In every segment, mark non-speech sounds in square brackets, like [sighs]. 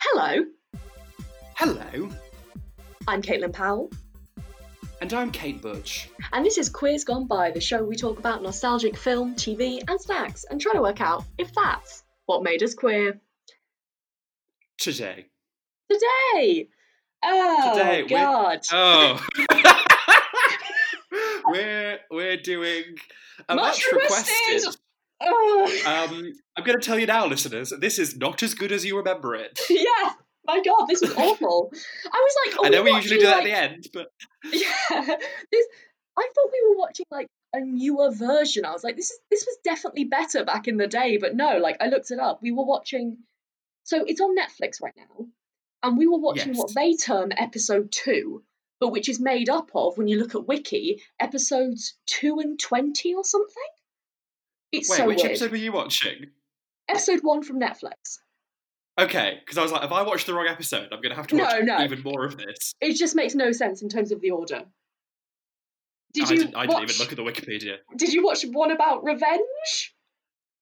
Hello, Hello, I'm Caitlin Powell, and I'm Kate Butch. and this is Queers Gone By, the show we talk about nostalgic film, TV, and snacks, and try to work out if that's what made us queer. Today. Today! Oh, Today we're- God. Oh. [laughs] we're we're doing a Much much, requested. requested. Oh, [laughs] Um, I'm going to tell you now, listeners. This is not as good as you remember it. yeah, my God, this [laughs] was awful. I was like, oh, I know we usually do that like, at the end, but [laughs] Yeah, this. I thought we were watching like a newer version. I was like, this is this was definitely better back in the day, but no. Like I looked it up. We were watching. So it's on Netflix right now, and we were watching what Yes. they term episode two, but which is made up of when you look at Wiki episodes two and twenty or something. It's wait, so which weird. episode were you watching? Episode one from Netflix. Okay, because I was like, if I watched the wrong episode, I'm going to have to No, watch no. even more of this. It just makes no sense in terms of the order. Did I, you didn't, I watch? didn't even look at the Wikipedia. Did you watch one about revenge?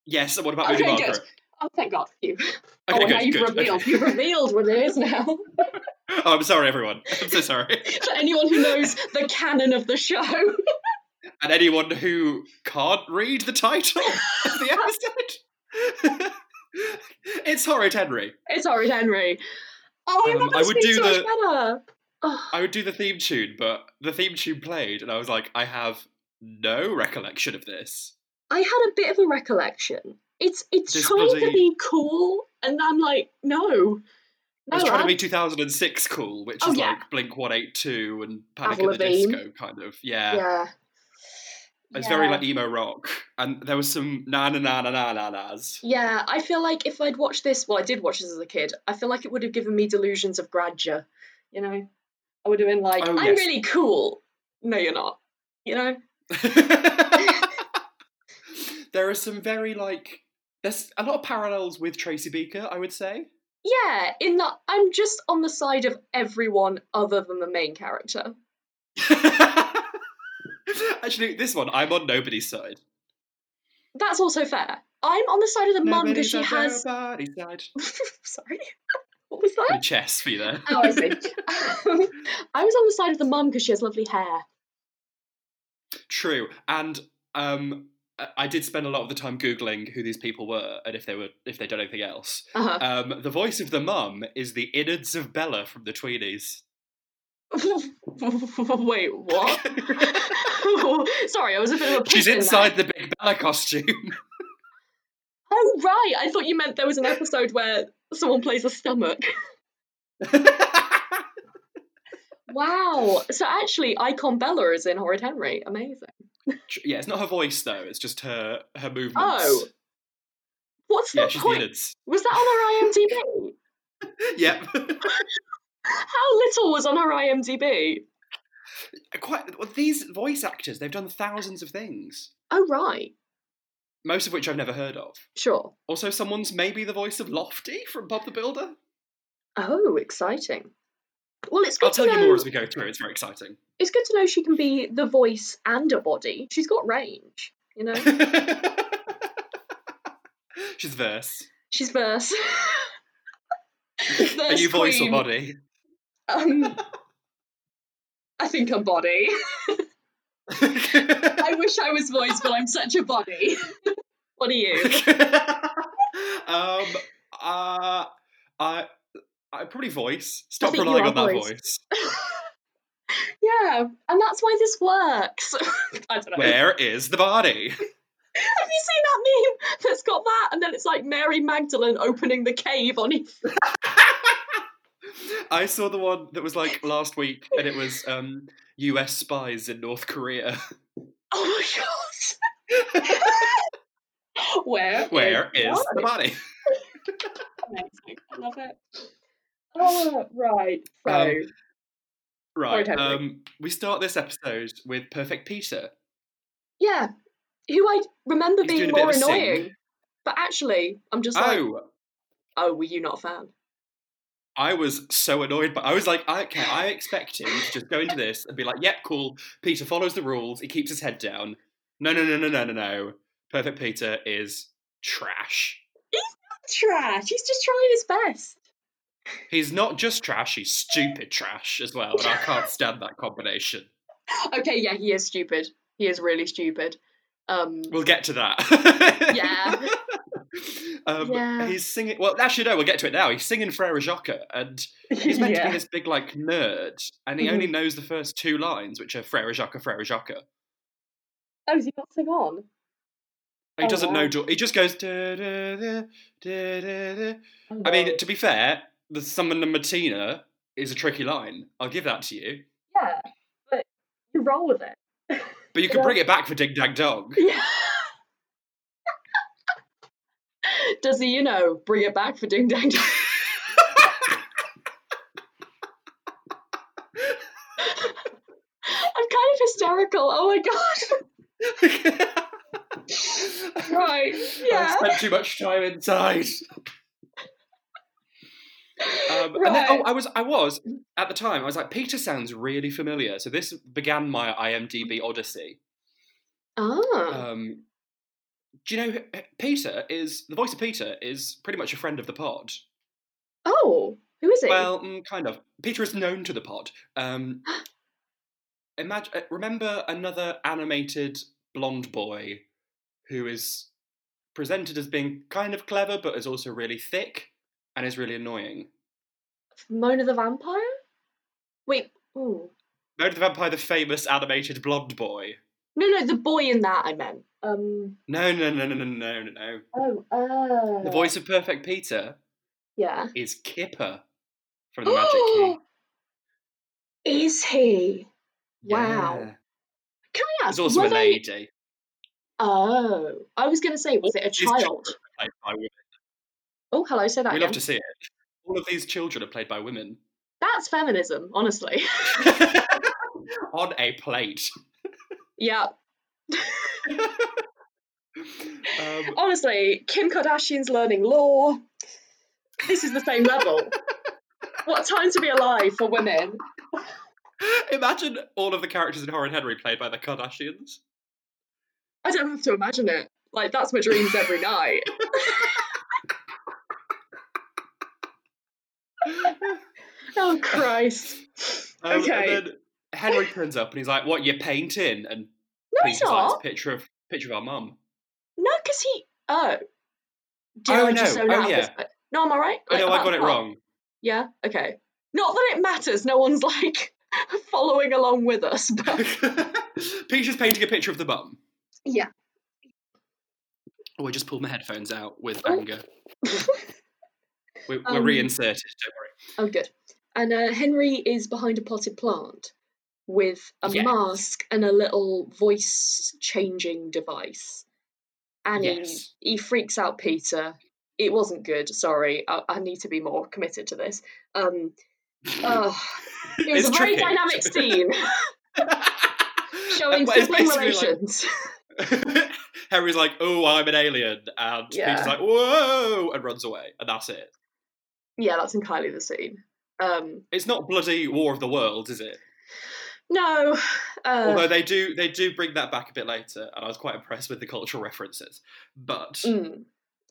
Yes, and what about Okay, Moody good. Margaret? Oh, thank God for you. Okay, oh, now good, you've good. revealed. okay. You've revealed what it is now. [laughs] [laughs] Oh, I'm sorry, everyone. I'm so sorry. For anyone who knows the canon of the show. [laughs] and anyone who can't read the title of the [laughs] episode, [laughs] it's Horrid Henry. It's Horrid Henry. Oh, I Um, remember I this would being so do much the- better. Oh, I would do the theme tune, but the theme tune played, and I was like, I have no recollection of this. I had a bit of a recollection. It's it's This trying to bloody- be cool, and I'm like, no. It No, was trying I'm- to be 2006 cool, which Oh, is yeah. like Blink 182 and Panic Avril at the Lavigne. Disco, kind of. Yeah. yeah. It's very Yeah. like emo rock, and there was some na na na na na na nas. Yeah, I feel like if I'd watched this, well, I did watch this as a kid. I feel like it would have given me delusions of grandeur. You know, I would have been like, Oh, I'm yes. really cool. No, you're not. You know, [laughs] [laughs] there are some very like there's a lot of parallels with Tracy Beaker, I would say. Yeah, in that I'm just on the side of everyone other than the main character. [laughs] Actually, this one, I'm on nobody's side. That's also fair. I'm on the side of the mum because Nobody's she on has. [laughs] nobody's side. Sorry, [laughs] what was Bit that? of chess for you there. Oh, I see. [laughs] Um, I was on the side of the mum because she has lovely hair. True, and um, I- I did spend a lot of the time googling who these people were and if they were if they'd done anything else. Uh-huh. Um, the voice of the mum is the innards of Bella from the Tweenies. [laughs] Wait, [laughs] what? Sorry, I was a bit of a. puss She's in that. inside the big Bella costume. [laughs] Oh right, I thought you meant there was an episode where someone plays a stomach. Wow. So actually, Icon Bella is in Horrid Henry. Amazing. Tr- yeah, it's not her voice though; it's just her her movements. Oh, What's the yeah, she's the point? innards. [laughs] Was that on her IMDb? Yep. [laughs] How little was on her IMDb? Quite well, these voice actors, they've done thousands of things, Oh, right. most of which I've never heard of. Sure. Also, someone's maybe the voice of Lofty from Bob the Builder. Oh, exciting. Well, it's good I'll to tell know. you more as we go through. It's very exciting. [laughs] It's good to know she can be the voice and a body. She's got range, you [laughs] know. She's verse. She's [laughs] verse. Are verse you voice queen. or body? [laughs] Um, I think I'm body. I wish I was voice, but I'm such a body. [laughs] what are you? um. Uh. I. I probably voice. Stop think you relying are on that voice. voice. Yeah, and that's why this works. [laughs] I don't know. Where is the body? [laughs] Have you seen that meme that's got that? And then it's like Mary Magdalene opening the cave on it. I saw the one that was like last week, and it was um, U.S. spies in North Korea. [laughs] [laughs] Oh my god! Where? Where is the body? Amazing. I love it. Oh, right. So, Um, Right. Henry. Um, we start this episode with Perfect Peter. yeah, who I remember he's being doing a bit more of a sing. annoying, but actually, I'm just like, Oh, oh, were you not a fan? I was so annoyed, but I was like, I- okay, I expect him to just go into this and be like, yep, cool. Peter follows the rules. He keeps his head down. No, no, no, no, no, no, no. Perfect Peter is trash. Trash. He's just trying his best. He's not just trash, he's stupid trash as well. And [laughs] I can't stand that combination. Okay, yeah, he is stupid. He is really stupid. Um, We'll get to that. Yeah. [laughs] Um, Yeah. He's singing. Well, actually, no, we'll get to it now. He's singing Frere Jacques, and he's meant yeah. to Mm-hmm. be this big, like, nerd, and he only knows the first two lines, which are Frere Jacques, Frere Jacques. Oh, is he not sing on? He Oh, doesn't wow. know. Geor- He just goes. "Da, da, da, da, da, da." Oh, I no. mean, to be fair, the summon and Martina is a tricky line. I'll give that to you. yeah, but you roll with it. But you can bring it back for Dig Dag Dog. [laughs] [laughs] Yeah. [laughs] Does he, you know, bring it back for Ding Dang? Dong? I'm kind of hysterical. Oh my god. Right. I Yeah. spent too much time inside. Um, and then, Right. oh, I was, I was at the time. I was like, Peter sounds really familiar. So this began my IMDb odyssey. Ah. Um, do you know who- Peter is the voice of Peter is pretty much a friend of the pod. oh, who is it? Well, mm, kind of. Peter is known to the pod. Um, imagine, remember another animated blonde boy who is presented as being kind of clever, but is also really thick and is really annoying. Mona the Vampire? Wait. Ooh. Mode the Vampire, the famous animated blonde boy. No, no, the boy in that I meant. Um. No, no, no, no, no, no, no, no. Oh. Uh, The voice of Perfect Peter Yeah. is Kipper from the Magic Key. Is he? [gasps] Wow. Yeah. Can I ask? There's also were a they- lady. Oh, I was going to say, was it a These children child? are played by women. Oh, hello. Say that We again. love to see it. All of these children are played [laughs] by women. That's feminism, honestly. [laughs] on a plate. yeah, [laughs] Um, honestly, Kim Kardashian's learning law. This is the same level. [laughs] what time to be alive for women? imagine all of the characters in Horror and Henry played by the Kardashians. I don't have to imagine it. Like that's my dreams every [laughs] night. [laughs] Oh Christ. Um, okay. And then Henry turns up and he's like, "What you painting?" And no, he's Peter's like, not. "It's a picture of picture of our mum." No, because he. Oh. Did Oh, I just no. zone Oh, out this bit? No, am I right? Oh Like, no, I about got the it part? wrong. Yeah. Okay. Not that it matters. No one's [laughs] like following along with us, but [laughs] [laughs] Peter's painting a picture of the mum. yeah. Oh, I just pulled my headphones out with Oh. [laughs] anger. We're, we're Um, reinserted. Don't worry. Oh, good. And uh, Henry is behind a potted plant with a Yes. mask and a little voice changing device. And Yes. he, he freaks out Peter. It wasn't good, sorry. I, I need to be more committed to this. [laughs] Um, ugh, it was It's a very tricky. [laughs] dynamic scene showing Well, it's sibling basically like- relations. [laughs] [laughs] Harry's like, "Oh, I'm an alien," and Yeah. Peter's like, "Whoa!" and runs away, and that's it. yeah, that's entirely the scene. Um, It's not bloody War of the Worlds, is it? no. Uh, Although they do they do bring that back a bit later, and I was quite impressed with the cultural references. But mm,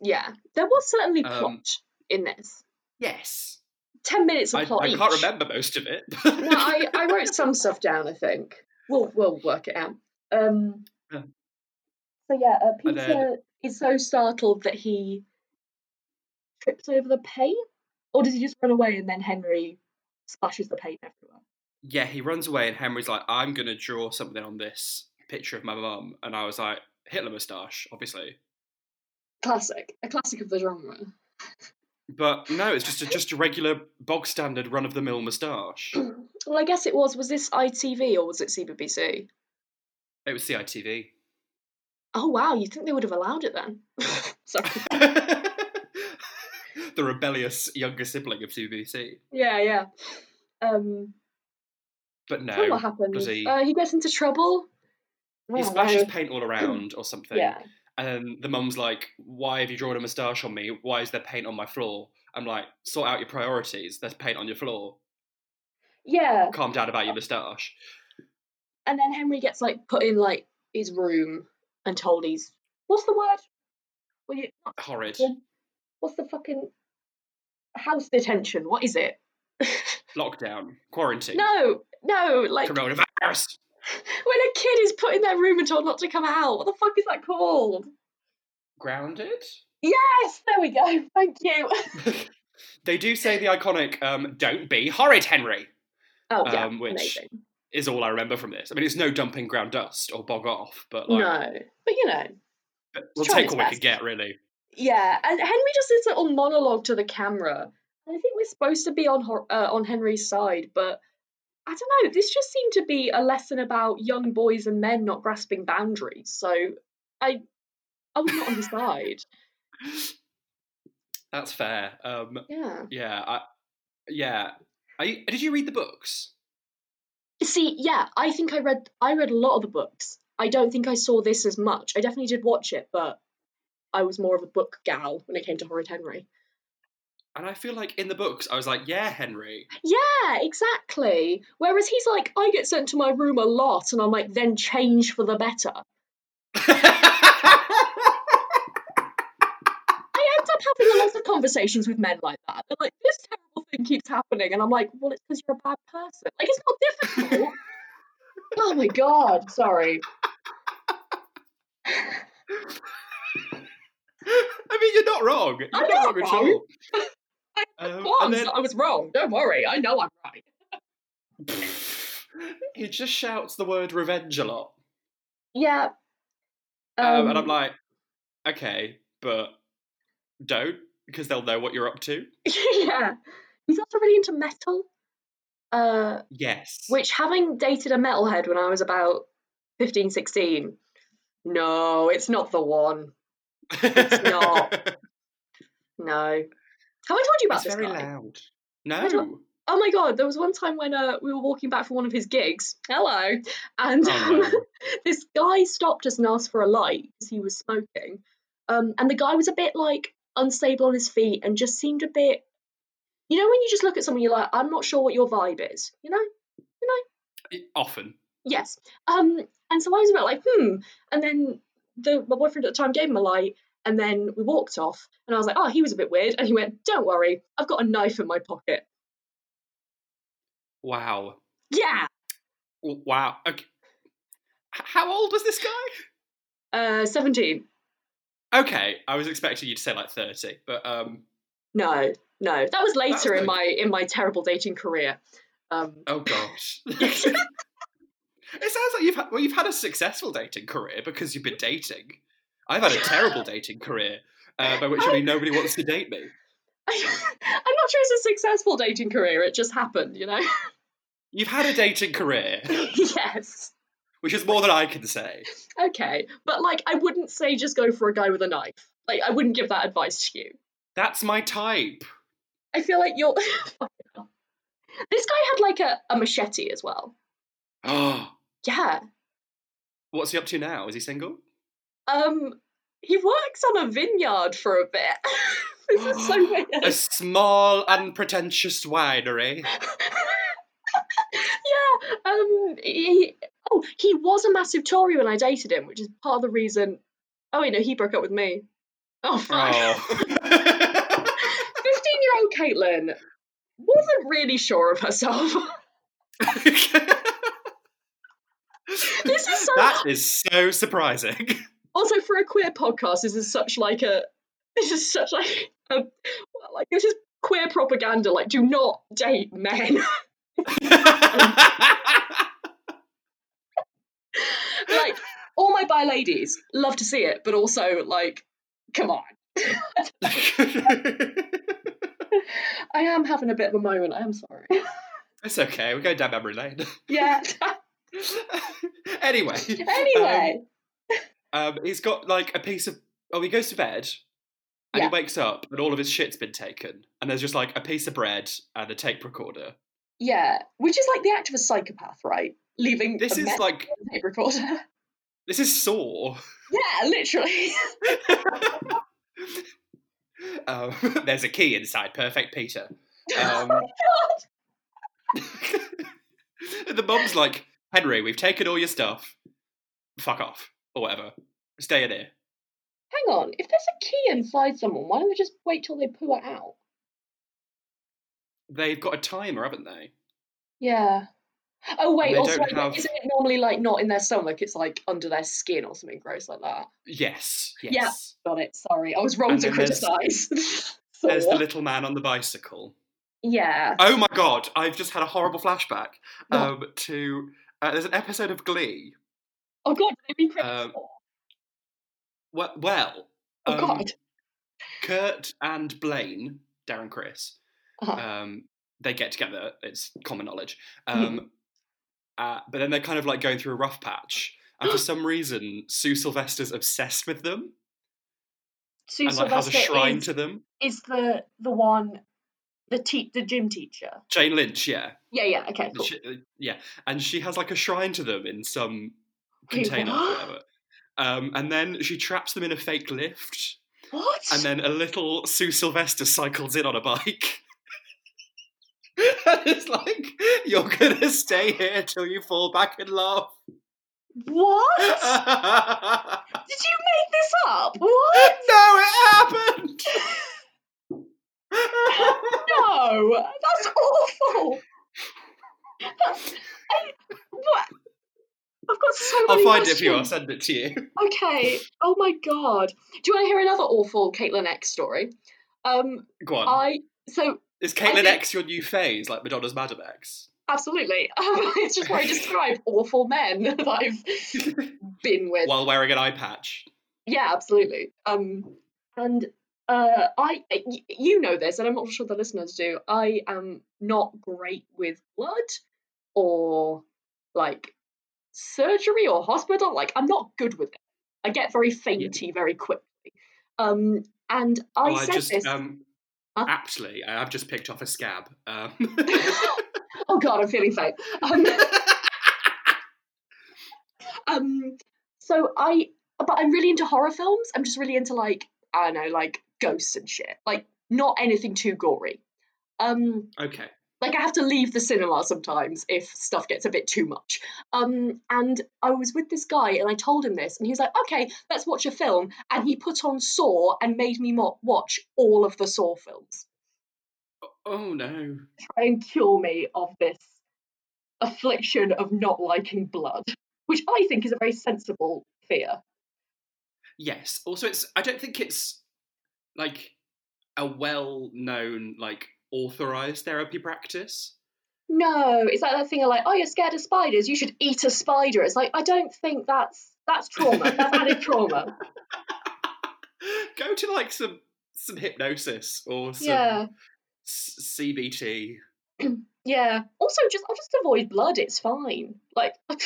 yeah, there was certainly Um, plot in this. yes, Ten minutes of I, plot I each. can't remember most of it. no, I, I wrote some stuff down. I think we'll we'll work it out. Um, Yeah. So yeah, uh, Peter And then- is so startled that he trips over the paint, or does he just run away and then Henry splashes the paint everywhere? [laughs] yeah, he runs away, and Henry's like, "I'm gonna draw something on this picture of my mum," and I was like, "Hitler moustache, obviously." Classic, a classic of the genre. But no, it's just a, just a regular bog standard run of the mill moustache. Mm. well, I guess it was. Was this ITV or was it CBBC? It was CITV. Oh wow, you think they would have allowed it then? Sorry. [laughs] the rebellious younger sibling of CBBC. Yeah, yeah. Um, But I don't know what no, happens? does he- Uh, he gets into trouble. he Oh, splashes no. [clears throat] paint all around or something. Yeah. And the mum's like, Why have you drawn a moustache on me? Why is there paint on my floor? I'm like, Sort out your priorities. There's paint on your floor. Yeah. Calm down about your moustache. And then Henry gets like put in like his room and told he's what's the word? Well, you, Horrid. Yeah. what's the fucking house detention. What is it? [laughs] Lockdown, quarantine, No, no, like coronavirus. [laughs] when a kid is put in their room and told not to come out. What the fuck is that called? Grounded? [laughs] Yes, there we go. Thank you. They do say the iconic um, "Don't be horrid, Henry" Oh yeah, Um, which- amazing. is all I remember from this. I mean, it's no dumping ground dust or bog off, but like, no, but you know, but we'll trying take its what we best. could get, really. yeah. And Henry just did this little monologue to the camera. And I think we're supposed to be on Hor- uh, on Henry's side, but I don't know. This just seemed to be a lesson about young boys and men not grasping boundaries. So I, I was not on his [laughs] side. That's fair. Um, Yeah. yeah, I, yeah. Are you, did you read the books? See, yeah, I think I read I read a lot of the books. I don't think I saw this as much. I definitely did watch it, but I was more of a book gal when it came to Horrid Henry. And I feel like in the books, I was like, yeah, Henry. [laughs] Yeah, exactly. Whereas he's like, I get sent to my room a lot, and I'm like, then change for the better. I end up having a lot of conversations with men like that. They're like, this terrible thing keeps happening, and I'm like, well, it's because you're a bad person. Like, it's not difficult. [laughs] oh my god, sorry. I mean, you're not wrong. You're I'm not not wrong at wrong. all. Of Um, course, and then [laughs] I was wrong. Don't worry, I know I'm right. [laughs] he just shouts the word revenge a lot. Yeah. Um, and I'm like, okay, but don't, because they'll know what you're up to. [laughs] yeah. He's also really into metal. Uh, Yes. which having dated a metalhead when I was about 15, 16, no, it's not the one. it's [laughs] not. No. Have I told you about this very guy? loud. I No. Oh my god, there was one time when uh, we were walking back from one of his gigs. Hello. And um, Oh, [laughs] this guy stopped us and asked for a light because he was smoking. Um, and the guy was a bit like unstable on his feet and just seemed a bit. You know, when you just look at someone, you're like, I'm not sure what your vibe is, you know? no. Often. Yes. Um, and so I was a bit like, hmm. And then the my boyfriend at the time gave him a light, and then we walked off. And I was like, oh, he was a bit weird. And he went, don't worry, I've got a knife in my pocket. Wow. Yeah. W- Wow. Okay. H- How old was this guy? Uh, 17. Okay, I was expecting you to say like 30, but um, No, no, that was was later in like- my in my terrible dating career. Um, [laughs] oh [laughs] gosh. it sounds like you've had, well, you've had a successful dating career because you've been dating. I've had a terrible dating career, uh, by which [laughs] I mean nobody wants to date me. I'm not sure it's a successful dating career. It just happened, you know. You've had a dating career, yes. which is more than I can say. Okay, but like, I wouldn't say just go for a guy with a knife. Like, I wouldn't give that advice to you. That's my type. [gasps] I feel like [laughs] you're. Fucking hell. Oh, this guy had like a, a machete as well. Oh, Yeah. what's he up to now? Is he single? Um, he works on a vineyard for a bit. [laughs] this is [gasps] so weird. [laughs] [laughs] A small, unpretentious winery. [laughs] yeah. Um. He, oh, he was a massive Tory when I dated him, which is part of the reason. Oh wait, no, he broke up with me. Oh [laughs] fuck. [laughs] Oh. Fifteen-year-old Caitlin wasn't really sure of herself. [laughs] this is so. [laughs] That is so surprising. [laughs] Also, for a queer podcast, this is such like a. [laughs] This is such like a like this is queer propaganda. Like, do not date men. [laughs] like, all my bi ladies love to see it, but also like, come on. I am having a bit of a moment. I am sorry. [laughs] it's okay, we're going down memory lane. [laughs] yeah. anyway. anyway, Um, um, he's got like a piece of. Oh, he goes to bed and Yeah. he wakes up and all of his shit's been taken. And there's just like a piece of bread and a tape recorder. yeah, which is like the act of a psychopath, right? Leaving This a is mess like. on the tape recorder. [laughs] This is sore. yeah, literally. [laughs] Um, [laughs] there's a key inside Perfect Peter. Oh Um, [laughs] the mum's like, Henry, we've taken all your stuff. Fuck off. Or whatever. Stay in here. Hang on, if there's a key inside someone, why don't they just wait till they pull it out? they've got a timer, haven't they? Yeah. Oh wait, they also like, don't have- isn't it normally like not in their stomach? It's like under their skin or something gross like that. Yes. Yeah. Yes. Got it. Sorry, I was wrong And to then [laughs] there's- criticize. There's the little man on the bicycle. yeah. Oh my god, I've just had a horrible flashback What? um, to. Uh, there's an episode of Glee. Oh god, did they recreate? Um, Well, well oh um, god. Kurt and Blaine, Darren Chris, Uh-huh. um, they get together. It's common knowledge. Mm-hmm. Um, uh, but then they're kind of like going through a rough patch. And [gasps] for some reason, Sue Sylvester's obsessed with them Sue and like has a Sylvester shrine is, to them. is the the one, the te- the gym teacher. Jane Lynch, yeah. Yeah, yeah. Okay, cool. She- uh, yeah. And she has like a shrine to them in some Okay, container or what? whatever. Um, and then she traps them in a fake lift. What? And then a little Sue Sylvester cycles in on a bike. [laughs] and it's like, you're going to stay here till you fall back in love. [laughs] What? no, [laughs] did it you make this up? What? [laughs] happened! No, that's awful. That's, I, what? I've got so many I'll find it for you, I'll questions. send it to you. [laughs] Okay. Oh my god. Do you want to hear another awful Caitlyn X story? Um, Go on. I so Is Caitlyn think- X your new phase, like Madonna's Madam X? absolutely. [laughs] Um, it's just where I describe awful men [laughs] that I've been with. While wearing an eye patch. Yeah, absolutely. Um, and uh, I, y- you know this, and I'm not sure the listeners do. I am not great with blood or like surgery or hospital. Like, I'm not good with it. I get very fainty very quickly. Um, and I Oh, said just, this. um, Huh? aptly, I- I've just picked off a scab. [laughs] Um, [laughs] oh God, I'm feeling faint. Um, [laughs] um, so I, but I'm really into horror films. I'm just really into like I don't know, like ghosts and shit. Like not anything too gory. Um, okay. like I have to leave the cinema sometimes if stuff gets a bit too much. Um, and I was with this guy and I told him this, and he was like, "Okay, let's watch a film." And he put on Saw and made me mo- watch all of the Saw films. Oh no. Try and cure me of this affliction of not liking blood, which I think is a very sensible fear. Yes. Also, it's. I don't think it's like a well-known, like authorized therapy practice. [gasps] No, it's like that thing of like, "Oh, you're scared of spiders? You should eat a spider." It's like I don't think that's that's trauma. That's added trauma. [laughs] Go to like some some hypnosis or some Yeah. s- CBT. Yeah. Also, just I'll just avoid blood. It's fine. Like [laughs] I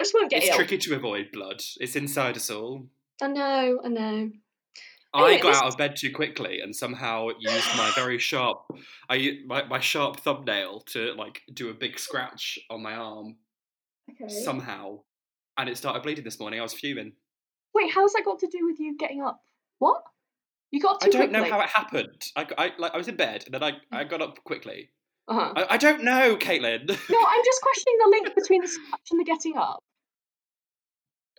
just won't get it's ill. tricky to avoid blood. It's inside us all. I know. I know. I Anyway, got this- out of bed too quickly and somehow used my very sharp, I u- my, my sharp thumbnail to like do a big scratch on my arm Okay. somehow, and it started bleeding this morning. I was fuming. Wait, how's that got to do with you getting up? What? You got I too don't know quickly. Mm. how it happened. I, g- I- like I was in bed and then I, I got up quickly. Uh-huh. I, I don't know, Caitlin. [laughs] No, I'm just questioning the link between the scratch and the getting up.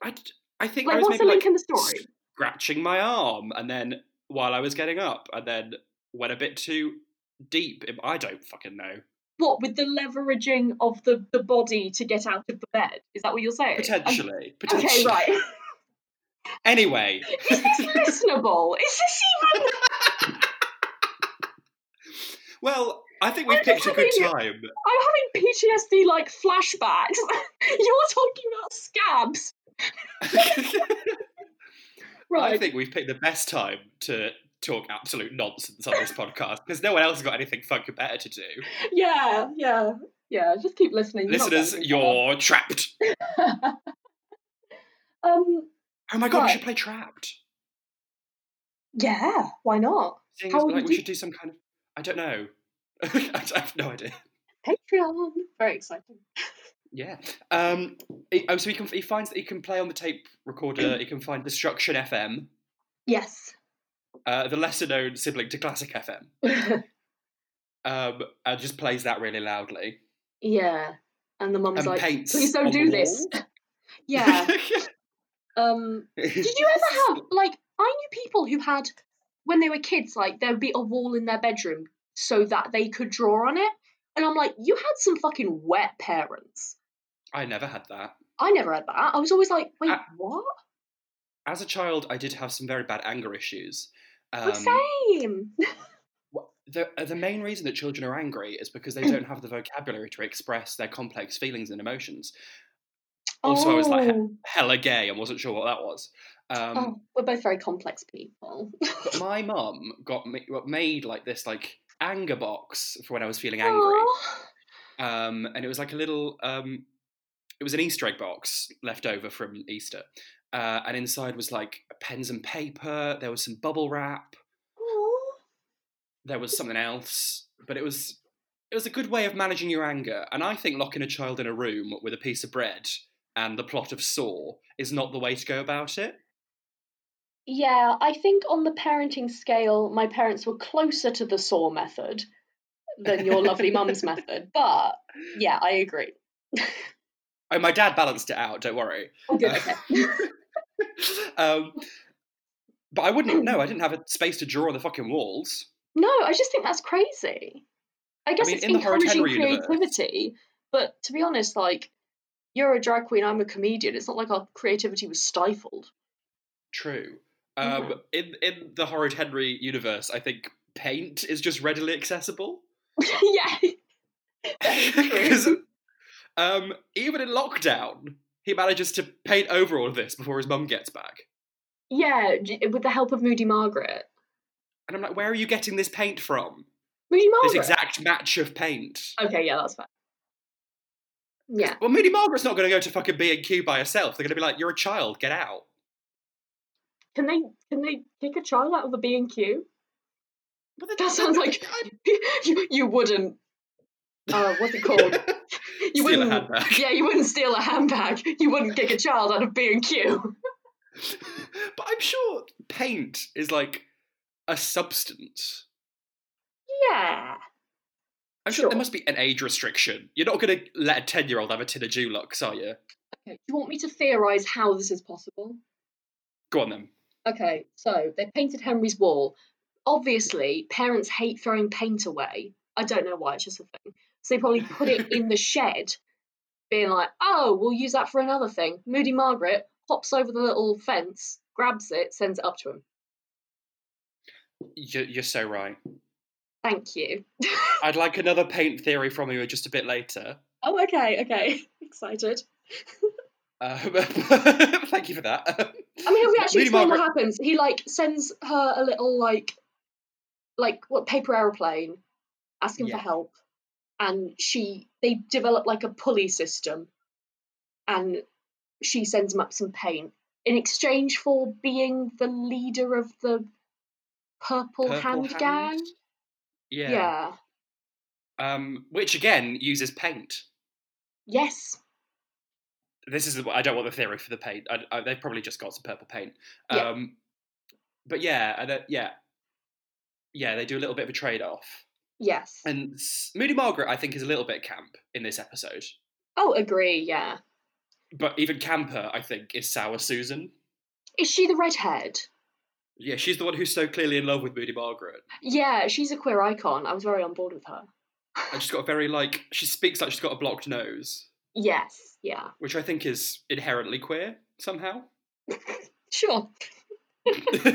I, d- I think I Like, was what's the maybe link like in the story? scratching my arm and then while I was getting up and then went a bit too deep. It- I don't fucking know. What with the leveraging of the the body to get out of the bed? Is that what you're saying? I'm- Potentially. um, potentially. Okay, right. Anyway, Is [laughs] this listenable? Is this e, even? well, I think we've I'm picked a good having- time. [laughs] I'm having PTSD like flashbacks. [laughs] You're talking about scabs, I right? think we've picked the best time to talk absolute nonsense [laughs] on this podcast because no one else has got anything fucking better to do. Yeah, yeah, yeah. Just keep listening. You're not Listeners, getting anything you're trapped. better. [laughs] um. Oh my god, Right. we should play Trapped. Yeah. Why not? Seeing How as, would like, you we do- should do some kind of. I don't know. [laughs] I have no idea. Patreon. Very exciting. Yeah. Um. he- oh, so he can. He finds that he can play on the tape recorder. he can find Destruction FM, Yes. [laughs] uh, the lesser-known sibling to Classic FM, um, and just plays that really loudly yeah. And the mum's and like, paints. "Please don't on do the this." wall. [laughs] Yeah. [laughs] Um. Did you ever have like I knew people who had when they were kids like there would be a wall in their bedroom so that they could draw on it. And I'm like, you had some fucking wet parents. I never had that. I never had that. I was always like, wait, I- what? As a child, I did have some very bad anger issues. um, But same. wh- the, uh, the main reason that children are angry is because Mm. they don't have the vocabulary to express their complex feelings and emotions. Also, I was like, um, Oh. hella gay and wasn't sure what that was. Um, oh, we're both very complex people. But my mum got me what made like this like anger box for when I was feeling angry, Aw. um, and it was like a little. Um, it was an Easter egg box left over from Easter, uh, and inside was like pens and paper. There was some bubble wrap. [laughs] Aw. There was something else, but it was it was a good way of managing your anger. And I think locking a child in a room with a piece of bread and the plot of Saw is not the way to go about it. Yeah, I think on the parenting scale, my parents were closer to the saw method than your lovely [laughs] mum's method. But yeah, I agree. Oh, my dad balanced it out. Don't worry. [laughs] Oh, good, Uh, okay. um, but I wouldn't know. I didn't have a space to draw on the fucking walls. No, I just think that's crazy. I guess mean, it's in the Horrid encouraging Henry universe- creativity, but to be honest, like you're a drag queen, I'm a comedian. It's not like our creativity was stifled. [laughs] True. Um, In in the horrid Henry universe, I think paint is just readily accessible. yeah, true. [laughs] 'Cause, um, even in lockdown, he manages to paint over all of this before his mum gets back. yeah, j- with the help of Moody Margaret. And I'm like, where are you getting this paint from? Moody Margaret. This exact match of paint. okay, yeah, that's fair. Yeah, Well, Moody Margaret's not going to go to fucking B and Q by herself. They're going to be like, "You're a child. Get out." can they can they kick a child out of a B and Q? [laughs] But they- That sounds like- you, you wouldn't. Uh, what's it [laughs] called? You Steal a wouldn't. handbag. [laughs] Yeah, you wouldn't steal a handbag. You wouldn't kick a child out of B and [laughs] Q. but I'm sure paint is like a substance. Yeah. I'm sure, Sure. there must be an age restriction. You're not going to let a 10 year old have a tin of Dulux, are you? Okay. Do you want me to theorize how this is possible? Go on then. Okay, so they painted Henry's wall. Obviously, parents hate throwing paint away. I don't know why, it's just a thing. So they probably put it in [laughs] the shed, being like, oh, we'll use that for another thing. Moody Margaret hops over the little fence, grabs it, sends it up to him. You're, you're so right. Thank you. I'd like another paint theory from you just a bit later. Oh, okay, okay. [laughs] Excited. [laughs] Um, thank you for that. I [laughs] mean, have we actually Moody explained Margaret- what happens? He like sends her a little like, like what paper airplane, asking Yeah. for help, and she they develop like a pulley system, and she sends him up some paint in exchange for being the leader of the purple, Purple hand, Hand? gang. Yeah. yeah. Um, which again uses paint. Yes. This is the, I don't want the theory for the paint. I, I, they've probably just got some purple paint. Yeah. Um, but yeah, and that- yeah, yeah, they do a little bit of a trade off. Yes. And s- Moody Margaret, I think, is a little bit camp in this episode. oh, agree. Yeah. But even camper, I think, is Sour Susan. Is she the redhead? Yeah, she's the one who's so clearly in love with Moody Margaret. Yeah, she's a queer icon. I was very on board with her. And she's got a very, like, she speaks like she's got a blocked nose, Yes. Yeah. which I think is inherently queer somehow. Sure. [laughs]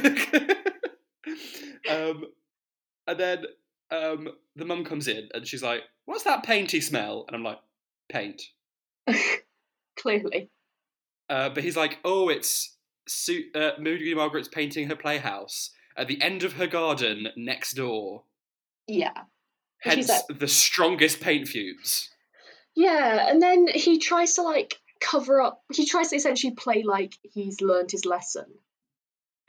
um, and then um, the mum comes in and she's like, What's that painty smell? And I'm like, Paint. Clearly. Uh, but he's like, oh, it's Su- uh, Moody Margaret's painting her playhouse at the end of her garden next door. Yeah. But she's Hence the strongest paint fumes. Yeah, and then he tries to like cover up. He tries to essentially play like he's learned his lesson.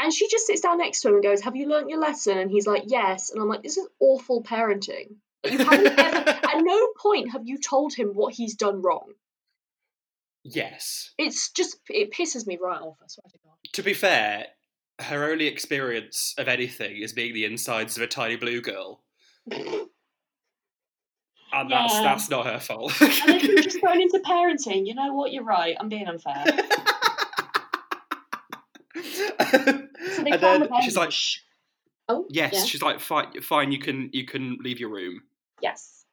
And she just sits down next to him and goes, "Have you learnt your lesson?" And he's like, "Yes." And I'm like, "This is awful parenting." Like, you haven't ever. [laughs] [laughs] At no point have you told him what he's done wrong. yes. It's just it pisses me right off. I swear to God. To be fair, her only experience of anything is being the insides of a tiny blue girl. And that's Yeah. that's not her fault. And if you're just thrown into parenting, you know what? You're right. I'm being unfair. and then she's like, Oh, Yes, yeah. she's like, fine, fine, you can you can leave your room yes.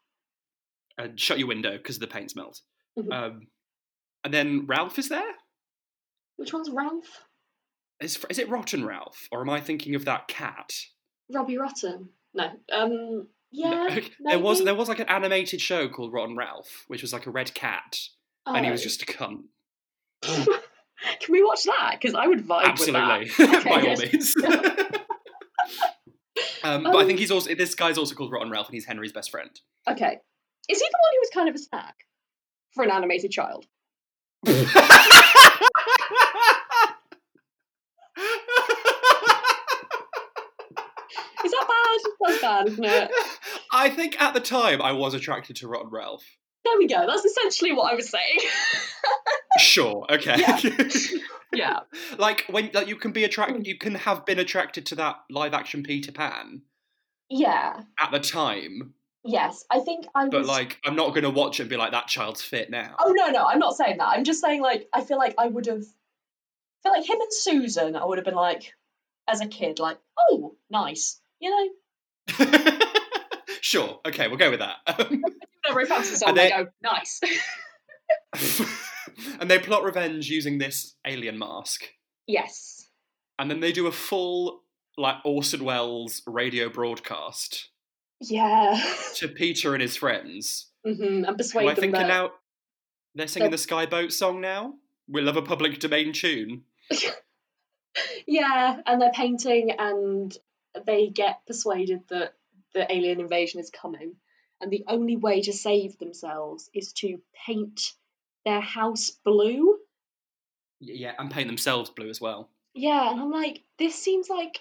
and shut your window because the paint smells. Mhm. Um, and then Ralph is there. Which one's Ralph? Is is it Rotten Ralph or am I thinking of that cat? Robbie Rotten? No. Um. No. Yeah. there was maybe? there was like an animated show called Rotten Ralph, which was like a red cat, and he was Oh. just a cunt. [laughs] Can we watch that? Because I would vibe with Absolutely, [laughs] that. Okay, by all yes. means. um, but I Um, think he's also this guy's also called Rotten Ralph, and he's Henry's best friend. that. Okay. Is he the one who was kind of a snack for an animated child? Is that bad? That's bad, isn't it? I think at the time I was attracted to Rotten Ralph. There we go. That's essentially what I was saying. [laughs] Sure, okay. yeah. [laughs] Mm. like when like you can be attracted, you can have been attracted to that live action Peter Pan Yeah. at the time, Yes. I think I was. but like I'm not going to watch it and be like that child's fit now. Oh no, no, I'm not saying that. I'm just saying like I feel like I would have feel like him and Susan, I would have been like as a kid, like, oh, nice. You know, [laughs] sure, okay, we'll go with that. [laughs] Um, whenever I fancy someone, And I go, "Oh, nice. [laughs] and they plot revenge using this alien mask. yes. and then they do a full like Orson Welles radio broadcast [laughs] Yeah. to Peter and his friends. hmm And who persuade I them think that are now they're singing that- the Skyboat song now. We love a public domain tune. Yeah, and they're painting and they get persuaded that the alien invasion is coming. And the only way to save themselves is to paint their house blue. Y- Yeah, and paint themselves blue as well. Yeah, and I'm like, this seems like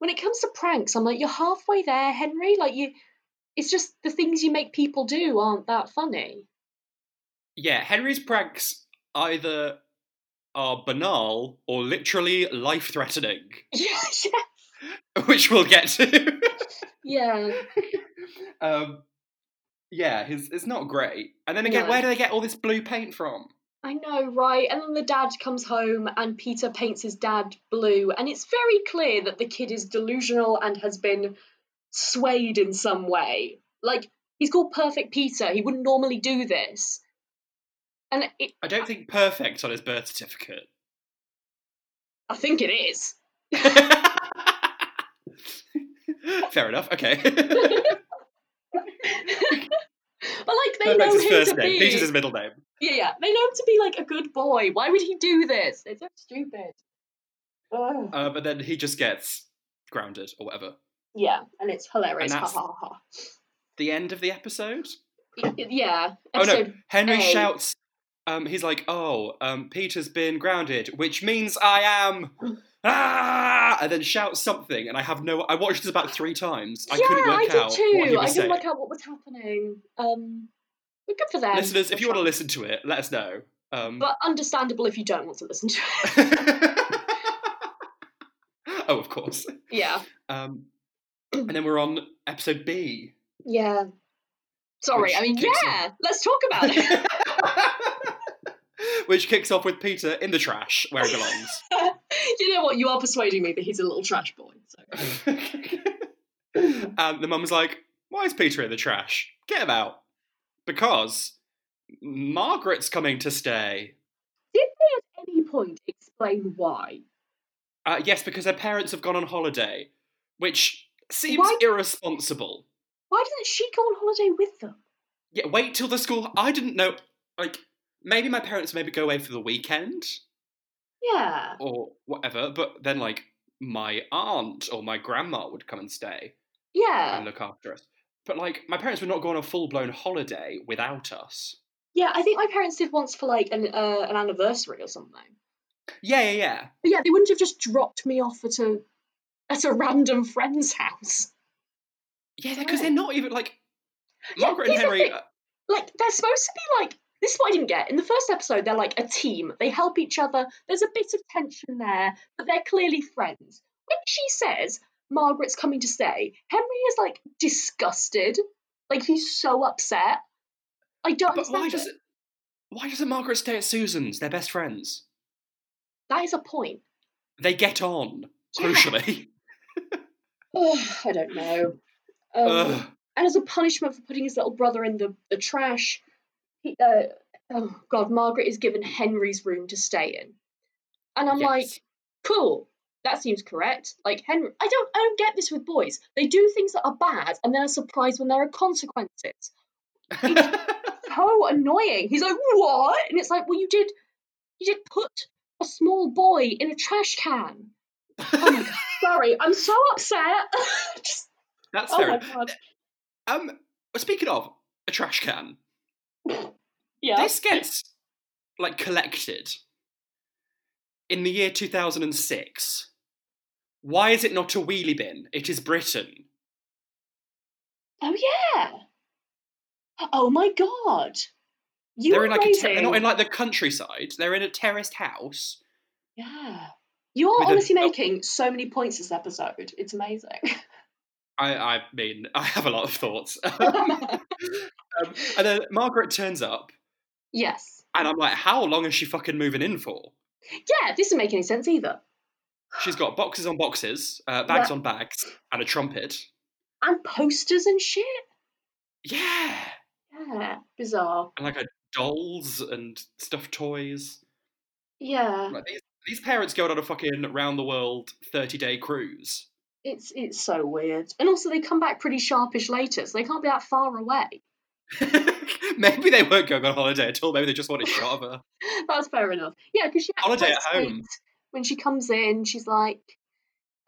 when it comes to pranks, I'm like, you're halfway there, Henry. Like you it's just the things you make people do aren't that funny. [laughs] Yeah, Henry's pranks either are banal or literally life threatening, Yeah, [laughs] which we'll get to. [laughs] yeah. um, yeah, his, it's not great. And then again, No. where do they get all this blue paint from? I know, right? And then the dad comes home and Peter paints his dad blue, and it's very clear that the kid is delusional and has been swayed in some way. Like, he's called Perfect Peter, he wouldn't normally do this. And it, I don't think perfect on his birth certificate. I think it is. [laughs] [laughs] Fair enough. Okay. But, like, [laughs] they know Perfect's his him first to name. be. Peter's his middle name. Yeah, yeah. They know him to be, like, a good boy. Why would he do this? It's so stupid. Ugh. Uh, but then he just gets grounded or whatever. Yeah, and it's hilarious. Ha that's- ha ha. The end of the episode. ha. Yeah. oh no! episode- Henry A. shouts. Um, he's like, "Oh, um, Peter's been grounded, which means [gasps] I am." Ah! And then shouts something, and I have no. I watched this about three times. I couldn't yeah, work I did out too. what he I was couldn't saying. work out what was happening. Um, but good for them. Listeners, if you want to listen to it, let us know. Um, but understandable if you don't want to listen to it. [laughs] [laughs] oh, of course. yeah, Um, and then we're on episode B. yeah. Sorry, Which I mean, kicks in. yeah. Let's talk about it. [laughs] [laughs] Which kicks off with Peter in the trash where he belongs. you know what? You are persuading me that he's a little trash boy. [laughs] So. and Um, the mum's like, Why is Peter in the trash? Get him out. Because Margaret's coming to stay. At any point, explain why? Uh, yes, because her parents have gone on holiday, which seems Why- irresponsible. Why doesn't she go on holiday with them? Yeah, wait till the school. I didn't know. Like, maybe my parents maybe go away for the weekend Yeah, or whatever, but then, like, my aunt or my grandma would come and stay. yeah, and look after us. But like, my parents would not go on a full blown holiday without us. yeah. I think my parents did once for like an uh, an anniversary or something. Yeah, yeah, yeah. But yeah, they wouldn't have just dropped me off at a at a random friend's house. Yeah, Right. because they're not even like Yeah, Margaret and here's the Henry. thing. uh, like they're supposed to be like this is what I didn't get. In the first episode, they're like a team. They help each other. There's a bit of tension there, but they're clearly friends. When she says Margaret's coming to stay, Henry is like disgusted. Like he's so upset. I don't But understand. why it. does why doesn't Margaret stay at Susan's? They're best friends. That is a point. They get on. Yeah. Crucially, Oh, [sighs] I don't know. [laughs] Um, Ugh. and as a punishment for putting his little brother in the, the trash, he, uh, oh God, Margaret is given Henry's room to stay in. And I'm Yes. like, cool, that seems correct. Like Henry, I don't, I don't get this with boys. They do things that are bad and then are surprised when there are consequences. So annoying. He's like, what? And it's like, well, you did, you did put a small boy in a trash can. Oh my God. Sorry, I'm so upset. [laughs] Just, [laughs] That's oh fair. my enough. God. Um, speaking of a trash can, Yeah. this gets like collected in the year 2006 why is it not a wheelie bin it is britain Oh yeah. Oh my god. You they're are in like a raising. ter- they're not in like the countryside they're in a terraced house yeah. You are with a- honestly making so many points this episode. It's [laughs] amazing. [laughs] i i mean i have a lot of thoughts [laughs] um, and then margaret turns up yes. and i'm like how long is she fucking moving in for Yeah, this doesn't make any sense either. she's got boxes on boxes uh, bags Yeah. on bags and a trumpet And posters and shit. yeah Yeah. Bizarre. and like a dolls and stuffed toys Yeah. Like, these, these parents go on a fucking round the world 30 day cruise. [laughs] It's it's so weird. And also they come back pretty sharpish later, so they can't be that far away. maybe they weren't going on holiday at all. Maybe they [laughs] just wanted shot of her. That's fair enough. Yeah, because she actually Holiday at says home. when she comes in, she's like,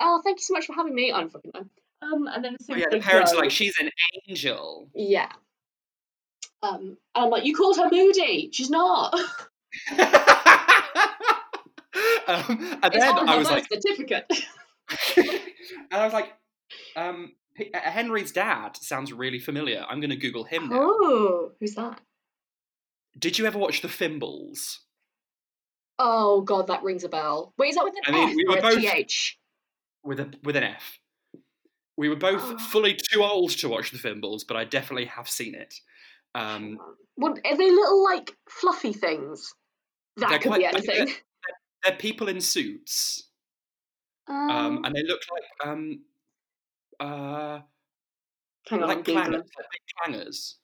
"Oh, thank you so much for having me." I don't fucking know. Um, and then as soon Oh, yeah, as the they parents go- are like, she's an [laughs] angel. yeah. Um, and I'm like, "You called her moody. She's not." um, [laughs] and it's then on her I was birth like, certificate. [laughs] and I was like, um, P- uh, Henry's dad sounds really familiar. I'm going to Google him now. oh, who's that? Did you ever watch The Fimbles? Oh God, that rings a bell. Wait, is that with an I mean, F we or were a both- TH? with a with an F. We were both Oh. fully too old to watch the Fimbles, but I definitely have seen it. Um, What are they? Little like fluffy things. They're That could be quite- I think anything. they're people in suits, Um, um, and they look like um, uh, hang on, like I'm Googling. clangers, like big clangers.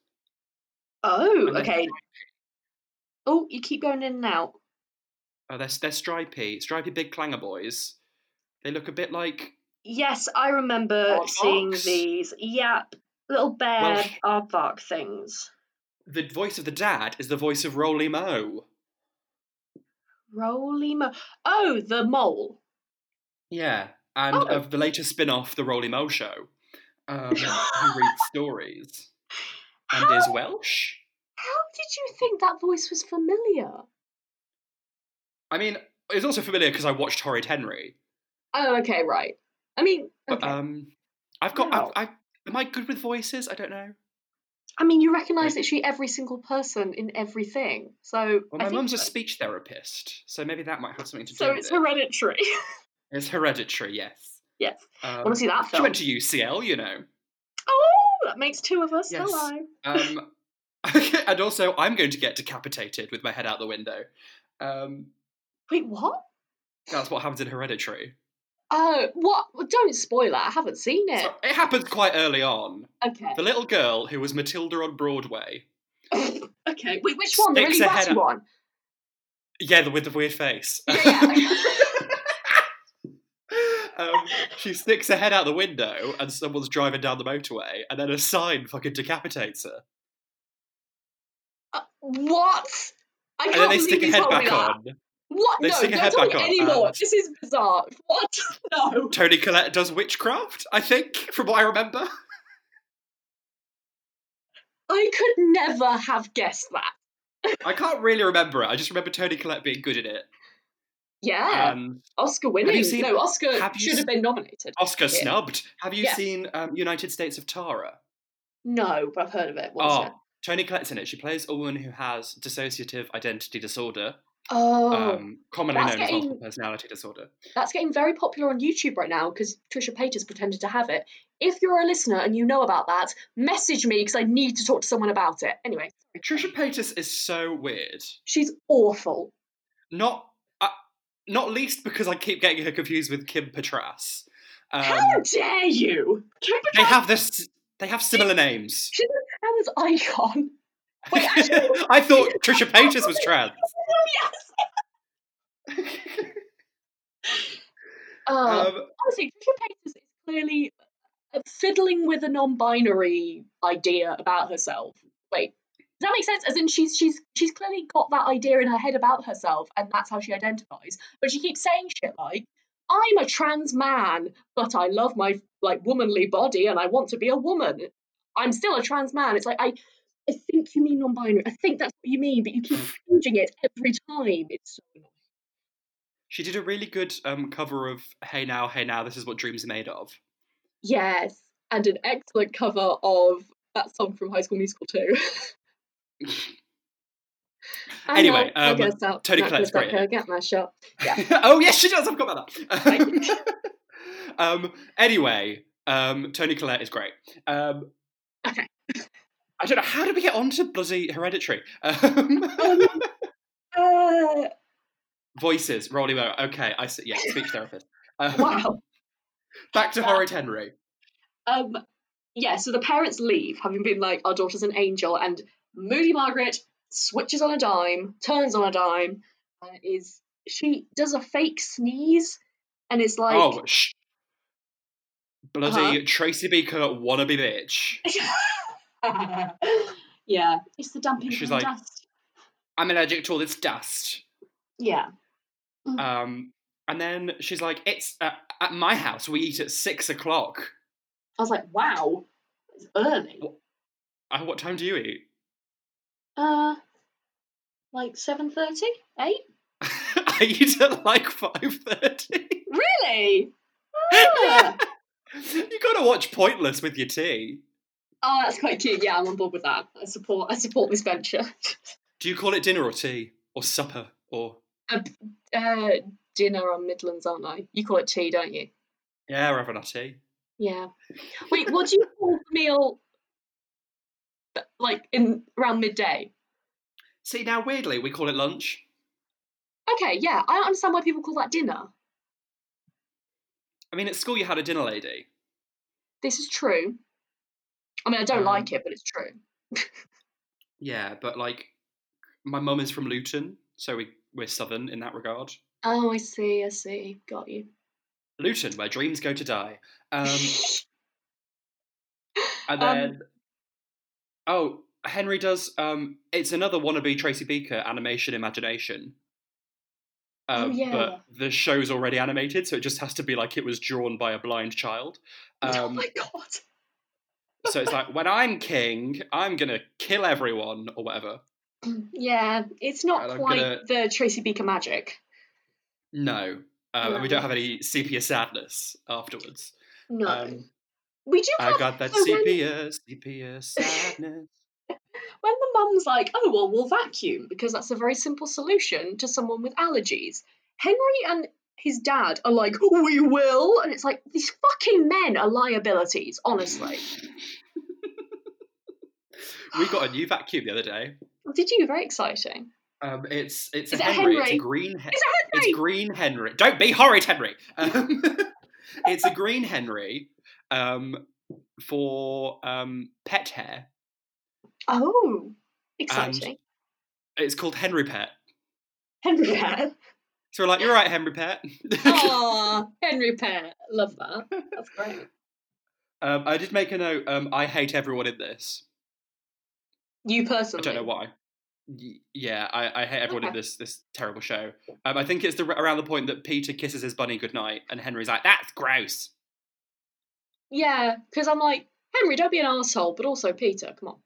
Oh, and they're okay. Oh, you keep going in and out. Oh, they're they're stripy, stripy big clanger boys. They look a bit like Yes, I remember Aardvarks? seeing these. Yep, little bear Well, well, he- aardvark things. the voice of the dad is the voice of Rolly Mo. Roly mo. Oh, the mole. Yeah, and Oh. of the later spin-off, the Rolly Mo Show, [laughs] um, who reads stories and is Welsh. How did you think that voice was familiar? I mean, it's also familiar because I watched Horrid Henry. Oh, okay, right. I mean, But okay. um, I've got. Wow. I've, I am I good with voices? I don't know. I mean, you recognise literally every single person in everything. So Well, I my think mum's a so. speech therapist, so maybe that might have something to So do it's with it. hereditary. [laughs] It's hereditary, yes. yes, Um, want to see that she film? went to UCL, you know. Oh, that makes two of us. Yes. Hello. [laughs] Um, [laughs] and also, I'm going to get decapitated with my head out the window. Um, Wait, what? that's what happens in Hereditary. Oh, what? Well, don't spoil it. I haven't seen it. So it happens quite early on. Okay. The little girl who was Matilda on Broadway. okay. Wait, which one? The Sticks really her head ratty up. one. [laughs] Yeah, the, with the weird face. [gasps] Yeah, yeah. um, she sticks her head out the window and someone's driving down the motorway and then a sign fucking decapitates her. Uh, what? I can't And then they believe stick her you head told me back that. on. What? They no, stick her don't head tell me back on, anymore. and- This is bizarre. What? [laughs] No. Tony Collette does witchcraft, I think, from what I remember. [laughs] I could never have guessed that. I can't really remember it. I just remember Tony Collette being good in it. Oh, Yeah. Um, Oscar winning. seen- no, Oscar have you should have seen- been nominated. Oscar Yeah. snubbed. Have you Yeah. seen um, United States of Tara? No, but I've heard of it. What's Oh, it? Tony Collette's in it. She plays a woman who has dissociative identity disorder, Oh, um, commonly known That's as multiple getting- personality disorder. that's getting very popular on YouTube right now because Trisha Paytas pretended to have it. If you're a listener and you know about that, message me because I need to talk to someone about it. Anyway, Trisha Paytas is so weird. she's awful. not uh, not least because I keep getting her confused with Kim Petras. Um, How dare you? Can I they have this. They have similar names. She's an trans icon. Wait, actually, [laughs] I thought [laughs] Trisha Paytas was trans. yes. [laughs] Uh, Um, honestly, Trisha Paytas is clearly uh, fiddling with a non-binary idea about herself. Wait, does that make sense? As in, she's she's she's clearly got that idea in her head about herself, and that's how she identifies. But she keeps saying shit like, "I'm a trans man, but I love my like womanly body, and I want to be a woman. I'm still a trans man." It's like I. I think you mean non-binary. I think that's what you mean, but you keep changing it every time. It's so annoying. she did a really good um, cover of "Hey Now, Hey Now, This Is What Dreams Are Made Of." Yes, and an excellent cover of that song from High School Musical too. [laughs] And Anyway, now I um, guess I'll Tony knock this Collette's great in sucker, Get my shot. [laughs] oh yes, she does. I forgot about Right. that. [laughs] um, anyway, um, Tony Collette is great. Um, Okay. I don't know how did we get onto bloody hereditary um, [laughs] Uh, voices. Rolly Moore. Okay, I see. Yeah, speech therapist. Um, wow. Back to Horrid Henry. Um, yeah. So the parents leave, having been like, "Our daughter's an angel," and Moody Margaret switches on a dime, turns on a dime, and is she does a fake sneeze, and it's like, oh, sh- bloody Tracy Beaker wannabe bitch. [laughs] yeah, it's the dumping She's She's like- dust. I'm allergic to all this dust. Yeah. Um, and then she's like, "It's uh, at my house. We eat at six o'clock. I was like, wow, it's early. Uh, what time do you eat?" [laughs] Uh, like seven thirty, eight. I eat at like five thirty. [laughs] Really? Ah. you gotta watch Pointless with your tea. Oh, that's quite cute. Yeah, I'm on board with that. I support. I support this venture. [laughs] Do you call it dinner or tea or supper or? Uh, dinner on Midlands, aren't I? You call it tea, don't you? Yeah, we're having our tea. Yeah. Wait, what do you call the meal? that- Like in around midday. See, now weirdly, we call it lunch. Okay, yeah, I don't understand why people call that dinner. I mean, at school you had a dinner lady. This is true. I mean, I don't Um, like it, but it's true. Yeah, but like, my mum is from Luton, so we we're southern in that regard. Oh, I see. I see. Got you. Luton, where dreams go to die. Um, and Um, then, oh, Henry does. Um, it's another wannabe Tracy Beaker animation imagination. Oh, Um, yeah. But the show's already animated, so it just has to be like it was drawn by a blind [laughs] child. [laughs] oh Um, my god. so it's like when I'm king, I'm gonna kill everyone or whatever. Yeah, it's and not I'm quite gonna- the Tracy Beaker magic. No, um, and we No. don't have any sepia sadness [laughs] afterwards. No, Um, we do. Have I got that so when- sepia, [laughs] sepia sadness. when the mum's like, oh, well, we'll vacuum because that's a very simple solution to someone with allergies, Henry and his dad are like, we will. And it's like, these fucking men are liabilities, honestly. [laughs] we got a new vacuum the other day. Did you? Very exciting. Um, it's it's Is a it Henry. It's a Henry? green. He- Is it it's Henry? green Henry. Don't be [laughs] horrid, Henry. Um, [laughs] it's a green Henry um, for um, pet hair. Oh, exciting. It's called Henry Pet. Henry [laughs] Pet. So we're like, you're right, Henry Pet. [laughs] Aw, Henry Pet. Love that. That's great. [laughs] um, I did make a note. Um, I hate everyone in this. You I personally. don't know why. Y- Yeah, I, I hate everyone in Okay. this this terrible show. Um, I think it's the, around the point that Peter kisses his bunny goodnight, and Henry's like, "That's gross." Yeah, because I'm like, Henry, don't be an asshole, but also Peter, come on.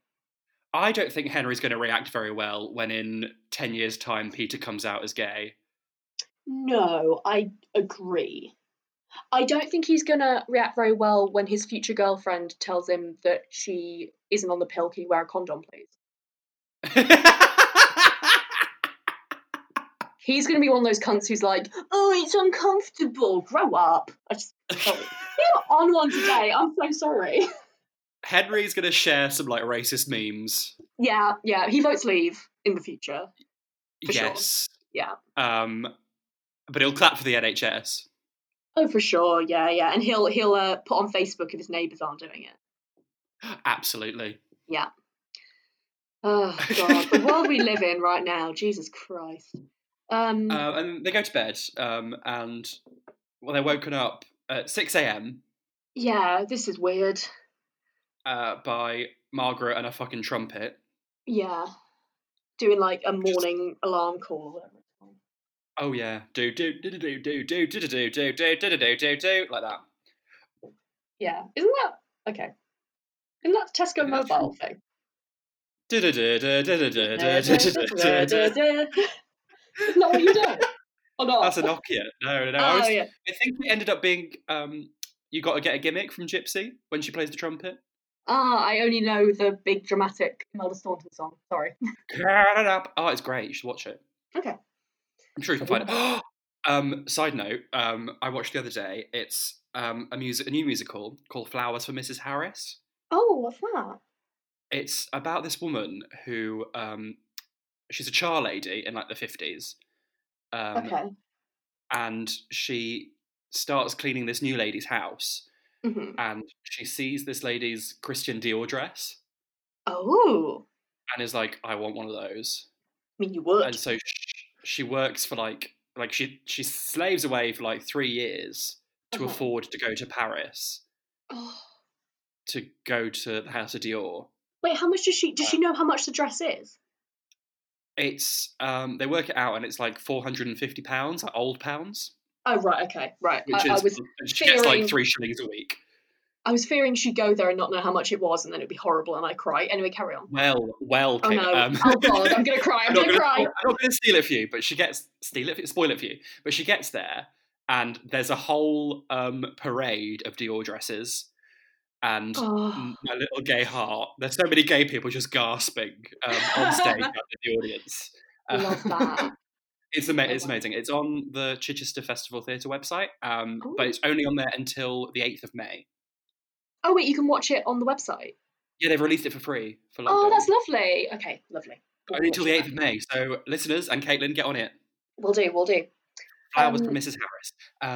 I don't think Henry's going to react very well when in 10 years' time Peter comes out as [laughs] gay. [laughs] No, I agree. I don't think he's gonna react very well when his future girlfriend tells him that she isn't on the pill. Can you wear a condom, please? He's gonna be one of those cunts who's like, "Oh, it's uncomfortable. Grow up." I just [laughs] I'm on one today. I'm so sorry. Henry's going to share some like racist memes. Yeah, yeah. He votes leave in the future. For sure. yes. Yeah. Um, but he'll clap for the NHS. Oh, for sure. Yeah, yeah. And he'll he'll uh, put on Facebook if his neighbours aren't doing it. [gasps] Absolutely. Yeah. Oh God, the world we live in right now. Jesus Christ. Um. Uh, and they go to bed, um, and well, they're woken up at 6 a.m. yeah, this is weird. Uh, by Margaret and a fucking trumpet. Yeah. Doing like a Just- morning alarm call. or whatever it's called. Oh yeah, do do do do do do do do do do do do do do do do like that. Yeah. Isn't that okay? Isn't that the Tesco Isn't that mobile thing? Do do do do do do do do do do do. Isn't that what you do? Or not? That's a Nokia. No, no, no. I, Oh was, yeah. I think it ended up being um, you got to get a gimmick from Gypsy when she plays [laughs] the trumpet. Ah, I only know the big dramatic Imelda Staunton song. Sorry. Um, Cut it up. Oh, it's great. You should watch it. Okay. I'm sure you can find it. [gasps] um, side note, um, I watched the other day. It's um, a music, a new musical called Flowers for Mrs. Harris. Oh, what's that? It's about this woman who um, she's a char lady in like the 50s. Um, Okay. And she starts cleaning this new lady's house hmm and she sees this lady's Christian Dior dress Oh, and is like, I want one of those. I mean, you would. and so she, she works for like like she she slaves away for like three years to Uh-huh. afford to go to Paris Oh. to go to the House of Dior. Wait, how much does she? Does she know how much the dress is? It's um they work it out and it's like four hundred and fifty pounds, like old pounds, Oh, right. Okay. Right. which I, I is was. and she gets fearing- like three shillings a week. I was fearing she'd go there and not know how much it was, and then it'd be horrible, and I'd cry. Anyway, carry on. Well, well, Oh Kate, no! um, Oh god, I'm gonna cry. I'm, I'm [laughs] not gonna, gonna, cry. I'm not gonna steal it for you, but she gets steal it, for- spoil it for you. But she gets there, and there's a whole um, parade of Dior dresses, and Oh. m- my little gay heart. There's so many gay people just gasping um, [laughs] on stage out in the audience. Um, [laughs] Love that. It's, ama- Love it's that. amazing. It's on the Chichester Festival Theatre website, um, Ooh. but it's only on there until the 8th of May. Oh wait, you can watch it on the website. Yeah, they've released it for free for lockdown. Oh, that's lovely. Okay, lovely. We'll Only watch until the that. 8th of May. So, listeners and Caitlin, get on it. We'll do. We'll do. Flowers Um, from Mrs. Harris.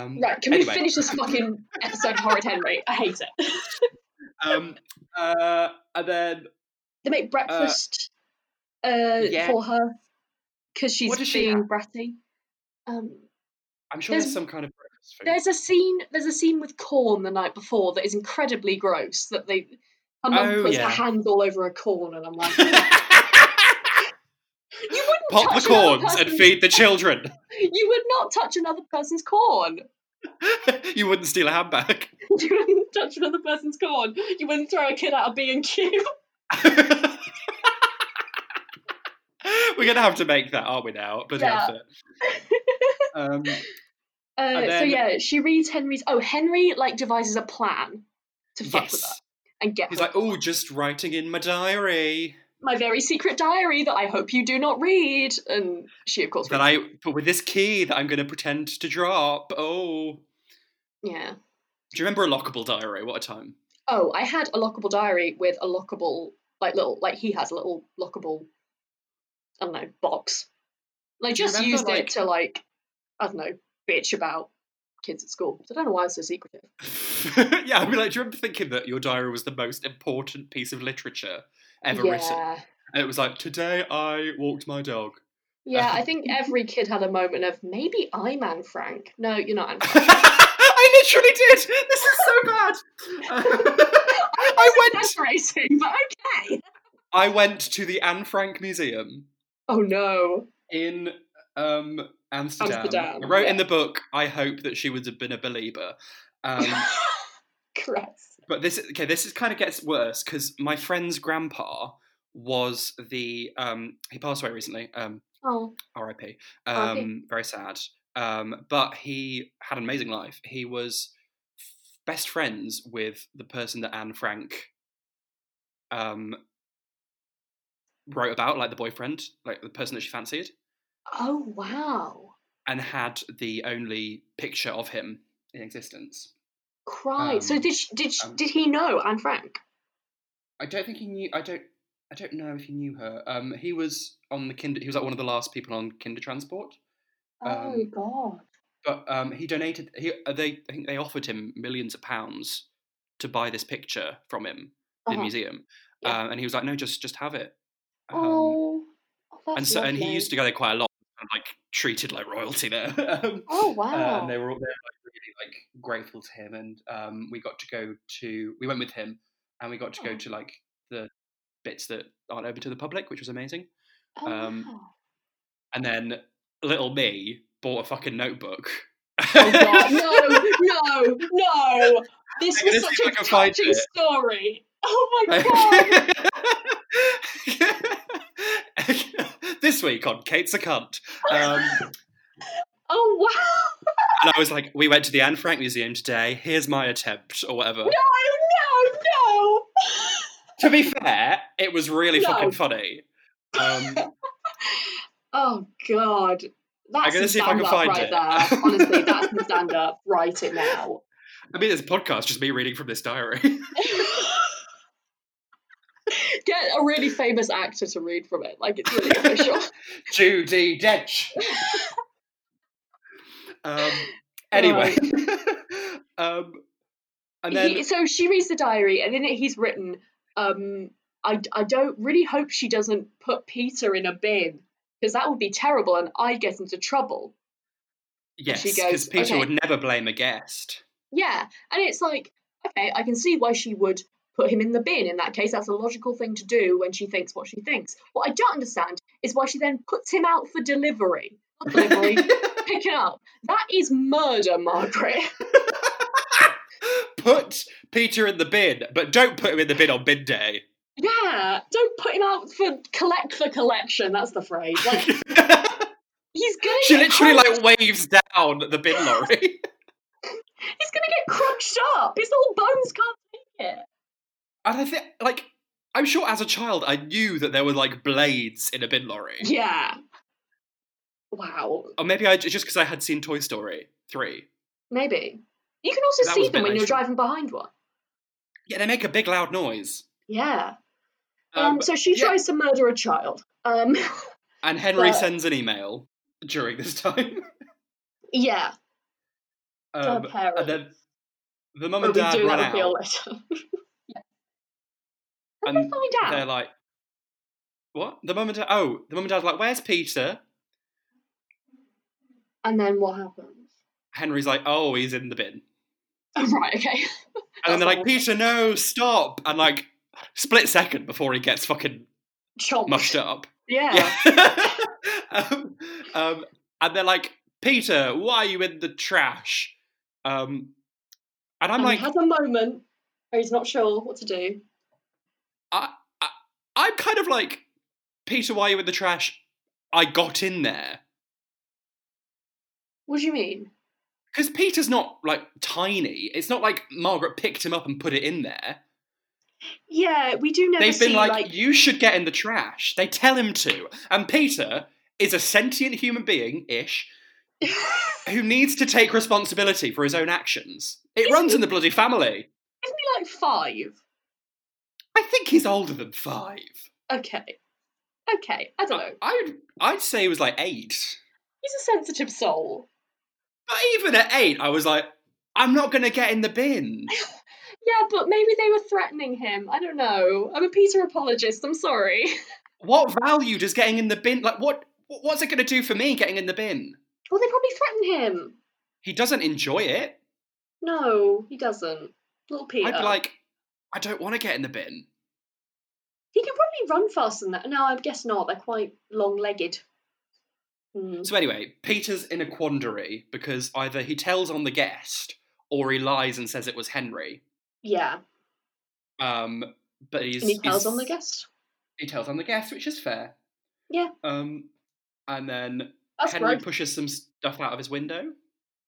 Um, Right, can anyway. we finish this fucking episode of Horrid Henry? I hate it. Um, uh, and then, They make breakfast uh, yeah. for her because she's What does she being bratty. Um, I'm sure there's, There's- some kind of breakfast food. there's a scene. There's a scene with corn the night before that is incredibly gross. That they, her mum Oh, puts yeah. her hand all over a corn, and I'm [laughs] like, you wouldn't Pop the touch another corns and person's- feed the children. [laughs] You would not touch another person's corn. [laughs] you wouldn't steal a handbag. [laughs] You wouldn't touch another person's corn. You wouldn't throw a kid out of B and Q. [laughs] We're gonna have to make that, aren't we? Now, bloody Yeah. effort. um, Uh, And so then- yeah, she reads Henry's. Oh, Henry like devises a plan to fuck with her yes, and get he's her. like, oh, just writing in my diary my very secret diary that I hope you do not read. And she, of course, that reads I, but with this key that I'm gonna pretend to drop. Oh, it. yeah. do you remember a lockable diary? What a time! Oh, I had a lockable diary with a lockable, like little, like he has a little lockable, I don't know, box. And I Do you just remember, used like- it to like, I don't know, bitch about kids at school. So I don't know why it's so secretive. [laughs] yeah, I mean, like, do you remember thinking that your diary was the most important piece of literature ever yeah. written? And it was like, today I walked my dog. [laughs] Yeah, Uh-huh. I think every kid had a moment of maybe I'm Anne Frank. No, you're [laughs] not Anne Frank. I literally did. This is so [laughs] bad. I went. Exaggerating, but okay. I went to the Anne Frank Museum Oh no. in um, Amsterdam. Amsterdam, I wrote in yeah. the book. I hope that she would have been a believer. [laughs] Um, Christ. but this okay. This is kind of gets worse because my friend's grandpa was the um, he passed away recently. Um, Oh. R.I.P. R.I.P.. Um, very sad. Um, but he had an amazing life. He was f- best friends with the person that Anne Frank um, wrote about, like the boyfriend, like the person that she fancied, Oh wow. and had the only picture of him in existence. Christ. so Um, did she, did she, um, did he know Anne Frank? I don't think he knew. I don't. I don't know if he knew her. Um, he was on the kinder. He was like one of the last people on kinder transport. oh um, god. But um, he donated. He uh, they I think they offered him millions of pounds to buy this picture from him in Uh-huh. the museum, Yeah. um, and he was like, "No, just just have it." Um, oh, oh, that's and so and he lovely. used to go there quite a lot, and, like treated like royalty there. [laughs] um, Oh uh, wow! and they were all they were, like, really like grateful to him, and um, we got to go to we went with him, and we got to Oh. go to like the bits that aren't open to the public, which was amazing. oh um, wow! And then little me bought a fucking notebook. Oh [laughs] god! No! No! No! This I'm was gonna such see if I a can find touching it. story. Oh [laughs] my god! this week on Kate's a cunt. Um, Oh wow! and I was like, we went to the Anne Frank Museum today. Here's my attempt, or whatever. No! No! No! To be fair, it was really No. fucking funny. [laughs] Um, Oh god. That's I'm some gonna see if I can stand-up find right it. there. Honestly, that's [laughs] the stand up. Write it now. [laughs] I mean, this podcast just me reading from this diary. [laughs] Get a really famous actor to read from it. Like it's really official. Judy Dench. [laughs] um, anyway, [laughs] um, and then He- so she reads the diary, and in it he's written, um, I, I don't really hope she doesn't put Peter in a bin because that would be terrible, and I get into trouble. yes, she because goes, Peter "Okay." would never blame a guest. Yeah, and it's like, okay, I can see why she would put him in the bin. In that case, that's a logical thing to do when she thinks what she thinks. What I don't understand is why she then puts him out for delivery. Not [laughs] delivery, picking up. That is murder, Margaret. put Peter in the bin, but don't put him in the bin on bin [laughs] day. Yeah, don't put him out for collect for collection. That's the phrase. Like he's gonna she get literally crunched- like waves down the bin lorry. he's gonna get crunched up. His little bones can't take it. [laughs] and I think like I'm sure as a child I knew that there were like blades in a bin lorry. Yeah. Wow. Or maybe I just because I had seen Toy Story three. Maybe. You can also That was see a them bit when you're later. driving behind one. Yeah, they make a big loud noise. Yeah. Um, Um, so she yeah. tries to murder a child. Um, [laughs] and Henry but- sends an email during this [laughs] time. yeah, to her Um, parents. and then the mum But and we dad do run that with Bill out, [laughs] later. How did and they find out? they're like, "What?" The mum and dad. Oh, the mum and dad's like, "Where's Peter?" and then what [laughs] happens? Henry's like, "Oh, he's in the bin." Oh, right, okay. And then That's they're like, awful. Peter, no, stop! And like, split second before he gets fucking Chomped. mushed up. Yeah. Yeah. [laughs] um, um, and they're like, Peter, why are you in the trash? Um, and I'm and like, he has a moment where he's not sure what to do. I'm kind of like, Peter, why are you in the trash? I got in there. What do you mean? Because Peter's not like tiny. It's not like Margaret picked him up and put it in there. Yeah, we do never They've been see like, you should get in the trash. They tell him to. And Peter is a sentient human being ish [laughs] who needs to take responsibility for his own actions. It runs in the bloody family. isn't he like five? I think he's older than five. Okay, okay. I don't know. I'd I'd say he was like eight. He's a sensitive soul. But even at eight, I was like, I'm not gonna get in the bin. Yeah, but maybe they were threatening him. I don't know. I'm a Peter apologist. I'm sorry. [laughs] What value does getting in the bin like what what's it gonna do for me getting in the bin? well, they probably threatened him. He doesn't enjoy it. No, he doesn't. Little Peter. I'd be like, I don't wanna get in the bin. he can probably run faster than that. No, I guess not. They're quite long legged. Hmm. So anyway, Peter's in a quandary because either he tells on the guest or he lies and says it was Henry. Yeah. Um but he's And he tells he's- on the guest. he tells on the guest, which is fair. Yeah. Um, and then That's Henry Henry pushes some stuff out of his [laughs] window.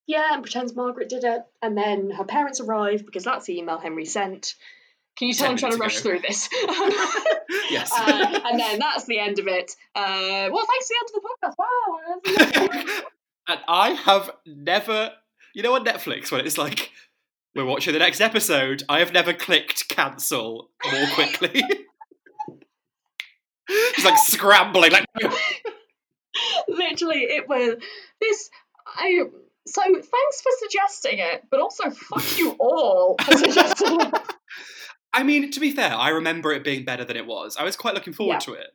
Yeah, and pretends Margaret did it. And then her parents arrive because that's the email Henry sent. Can you tell Ten I'm trying to rush minutes through [laughs] this? [laughs] Yes. Uh, and then that's the end of it. Uh, well, thanks to the end of the podcast. Wow. that's [laughs] lovely. [laughs] and I have never, you know, on Netflix when it's like we're watching the next episode, I have never clicked cancel more quickly. [laughs] She's like scrambling, like literally it was this i So thanks for suggesting it, but also fuck you all for suggesting it. [laughs] I mean, to be fair, I remember it being better than it was. I was quite looking forward Yeah. to it.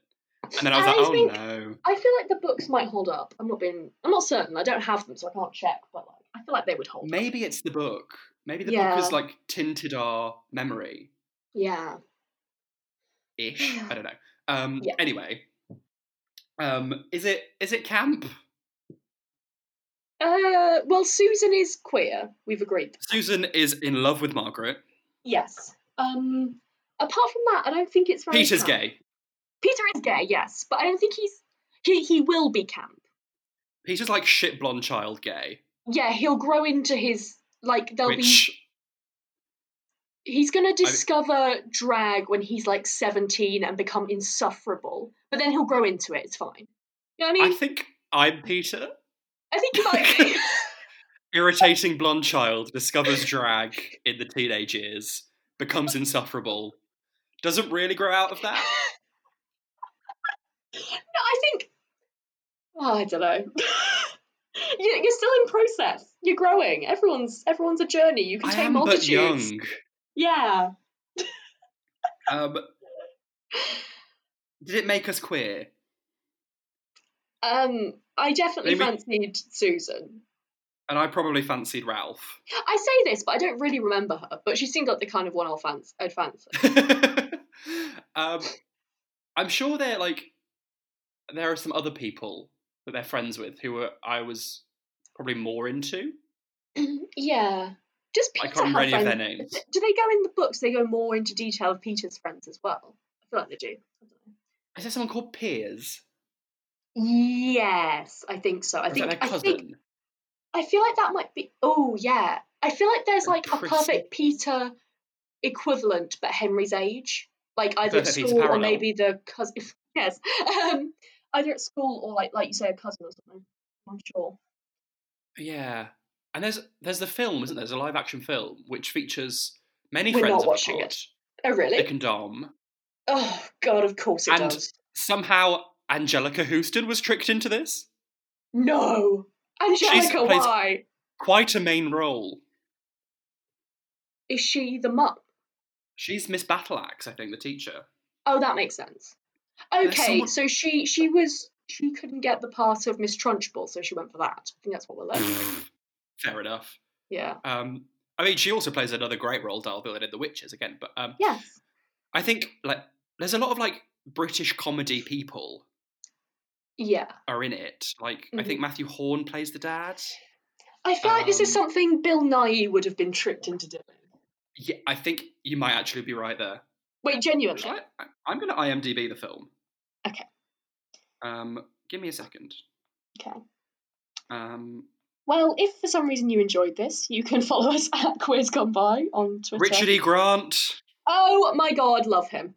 And then I was And I like, oh think- no. I feel like the books might hold up. I'm not being I'm not certain. I don't have them, so I can't check, but like I feel like they would hold up. Maybe it's the book. Maybe the Yeah. book has like tinted our memory Yeah. ish. I don't know. Um Yeah. anyway. Um is it is it camp? Uh well Susan is queer. We've agreed. Susan is in love with Margaret. Yes. Um apart from that, I don't think it's very Peter's camp. gay. Peter is gay, yes, but I don't think he's he he will be camp. Peter's like shit blonde child gay. Yeah, he'll grow into his like there'll be Which He's going to discover drag when he's like 17 and become insufferable, but then he'll grow into it. It's fine. You know what I mean? I, I think I'm Peter. think he might [laughs] be. [laughs] Irritating blonde child discovers drag in the teenage years, becomes insufferable, doesn't really grow out of that. no, I think. Oh, I don't know. [laughs] you're, you're still in process. You're growing. Everyone's everyone's a journey. You can I take am multitudes. but young. Yeah. Um, did it make us queer? Um, I definitely Maybe- fancied Susan. And I probably fancied Ralph. [laughs] I say this, but I don't really remember her. But she seemed like the kind of one I'll fancy. I'd fancy. um, I'm sure there like there are some other people that they're friends with who were, I was probably more into. [clears throat] yeah. Just I Peter can't remember had any of their friends- names. Do they go in the books? They go more into detail of Peter's friends as well. I feel like they do. Is there someone called Piers? Yes, I think so. I Or is that think their I think cousin? I feel like that might be. Oh yeah, I feel like there's They're like a pretty- perfect Peter equivalent, but Henry's age, like either at Perfect Peter school or parallel. maybe the cousin. [laughs] Yes, um, either at school or like like you say a cousin or something. I'm not sure. Yeah. And there's there's the film, isn't there? There's a live action film which features many We're friends not of watching the it. pod, Oh really? Dick and Dom. Oh god, of course it And- does. Somehow Angelica Houston was tricked into this. No, Angelica, plays- why Quite a main role. is she the mum? She's Miss Battleaxe, I think, [laughs] the teacher. Oh, that makes sense. Okay, there's Uh, someone- so she she was she couldn't get the part of Miss Trunchbull, so she went for that. I think that's what we're [laughs] learning. Fair enough. yeah. Um, I mean, she also plays another great role, Dal Bill, in The Witches again. But um, Yes. I think like there's a lot of like British comedy people Yeah. are in it. Like I Mm-hmm. think Matthew Horn plays the dad. I feel like this is Um, something Bill Nye would have been tricked into doing. Yeah, I think you might actually be right there. Wait, genuinely. Shall I? I'm going to IMDb the film. Okay. Um, give me a second. Okay. Um, Well, if for some reason you enjoyed this, you can [laughs] follow us at Quiz Gone By on Twitter. Richard E. Grant, Oh my god, love him.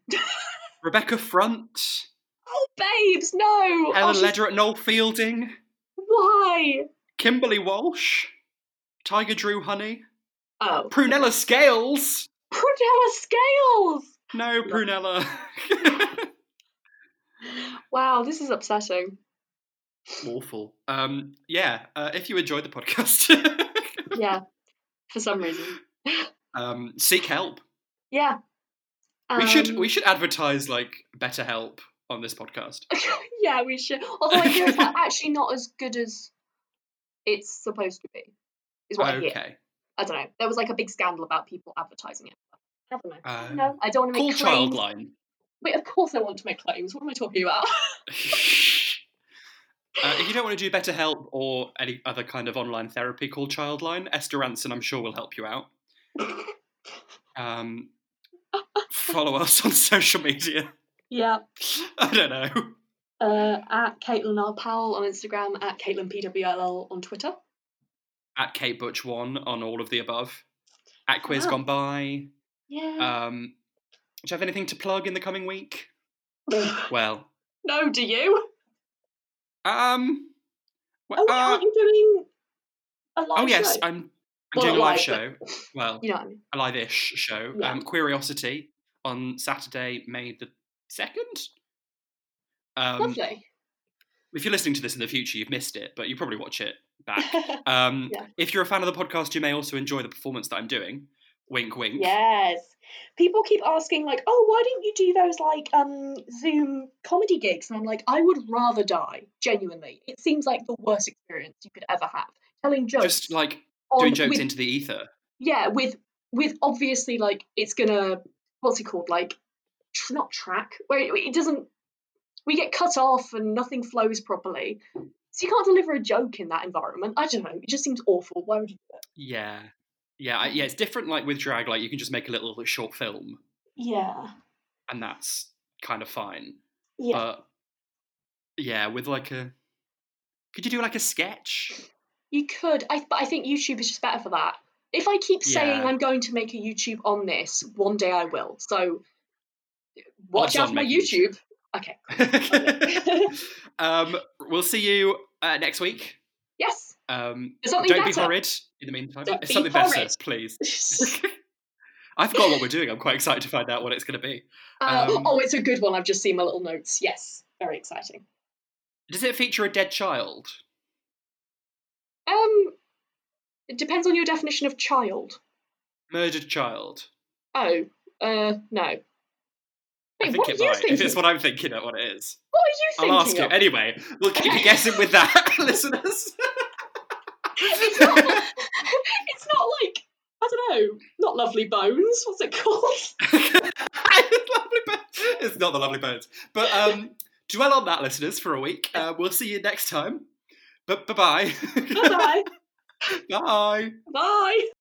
Rebecca Front, Oh, babes, no. Oh, Helen she's- Leder at Noel Fielding, Why? Kimberly Walsh, Tiger Drew Honey, Oh. Prunella Scales. Prunella Scales! No, Prunella. [laughs] Wow, this is upsetting. Awful. Um, yeah, uh, if you enjoyed the podcast, [laughs] Yeah, [laughs] for some reason. um, seek help. Yeah. we should Um, we should advertise like better help on this podcast. [laughs] yeah, we should. Although I hear it's [laughs] not- actually not as good as it's supposed to be, is what I hear. Okay. I don't know. There was like a big scandal about people advertising it. I don't know. I don't Uh, know. I don't want to Call make child claims. line. Wait, of course I want to make claims. What am I talking about? [laughs] [laughs] uh, if you don't want to do better help or any other kind of online therapy, call child line. Esther Ranson, I'm sure, will help you out. [laughs] Um, follow us on social media. [laughs] yeah. I don't know. Uh, at Caitlin R. Powell on Instagram, at Caitlin PWLL on Twitter. At Kate Butch One on all of the above. At Quiz Wow. Gone By. Yeah. Um, do you have anything to plug in the coming week? Well, [laughs] no, do you? um, well, Oh, wait, uh, aren't you doing a live oh yes, show? I'm, I'm Well, doing a not live show. live, Well, You know what I mean? a live-ish show, Yeah. um, Curiosity, on Saturday, May the second. Um, Lovely. if you're listening to this in the future, you've missed it, but you probably watch it [laughs] back. Um, Yeah. If you're a fan of the podcast, you may also enjoy the performance that I'm doing. Wink, wink. yes. People keep asking like, "Oh, why didn't you do those like um Zoom comedy gigs?" And I'm like, "I would rather die, genuinely. It seems like the worst experience you could ever have. Telling jokes Just like on- doing jokes with- into the ether. yeah, with with obviously like it's gonna what's it called like tr- not track where it, it doesn't we get cut off and nothing flows properly. So you can't deliver a joke in that environment. I don't know. It just seems awful. Why would you do it? Yeah. Yeah, I, yeah, it's different like with drag, like you can just make a little short film Yeah. and that's kind of fine. Yeah. But yeah, with like a could you do like a sketch? [laughs] You could, I, but I think YouTube is just better for that. If I keep saying Yeah. I'm going to make a YouTube on this, one day I will. So watch Odds out on for my making YouTube. Okay. um, we'll see you uh, next week. [laughs] Yes. Um, There's something don't be better. horrid in the meantime. Don't It's be something better, horrid. please. [laughs] I forgot what we're doing. I'm quite excited to find out what it's going to be. uh, Um, oh, it's a good one. I've just seen my little notes. Yes. Very exciting. Does it feature a dead child? Um, it depends on your definition of child. Murdered child? Oh, uh, no. Wait, I think what it are you might. thinking? If it's what I'm thinking, of what [laughs] it is. What are you I'll thinking? ask you. of? [laughs] Anyway, we'll keep you guessing with that, [laughs] listeners. it's, not, [laughs] it's not like I don't know. Not lovely bones. What's it called? [laughs] [laughs] lovely birds. It's not the lovely birds. But um, dwell on that, listeners, for a week. Uh, we'll see [laughs] you next time. But bye-bye. Bye. bye. Bye.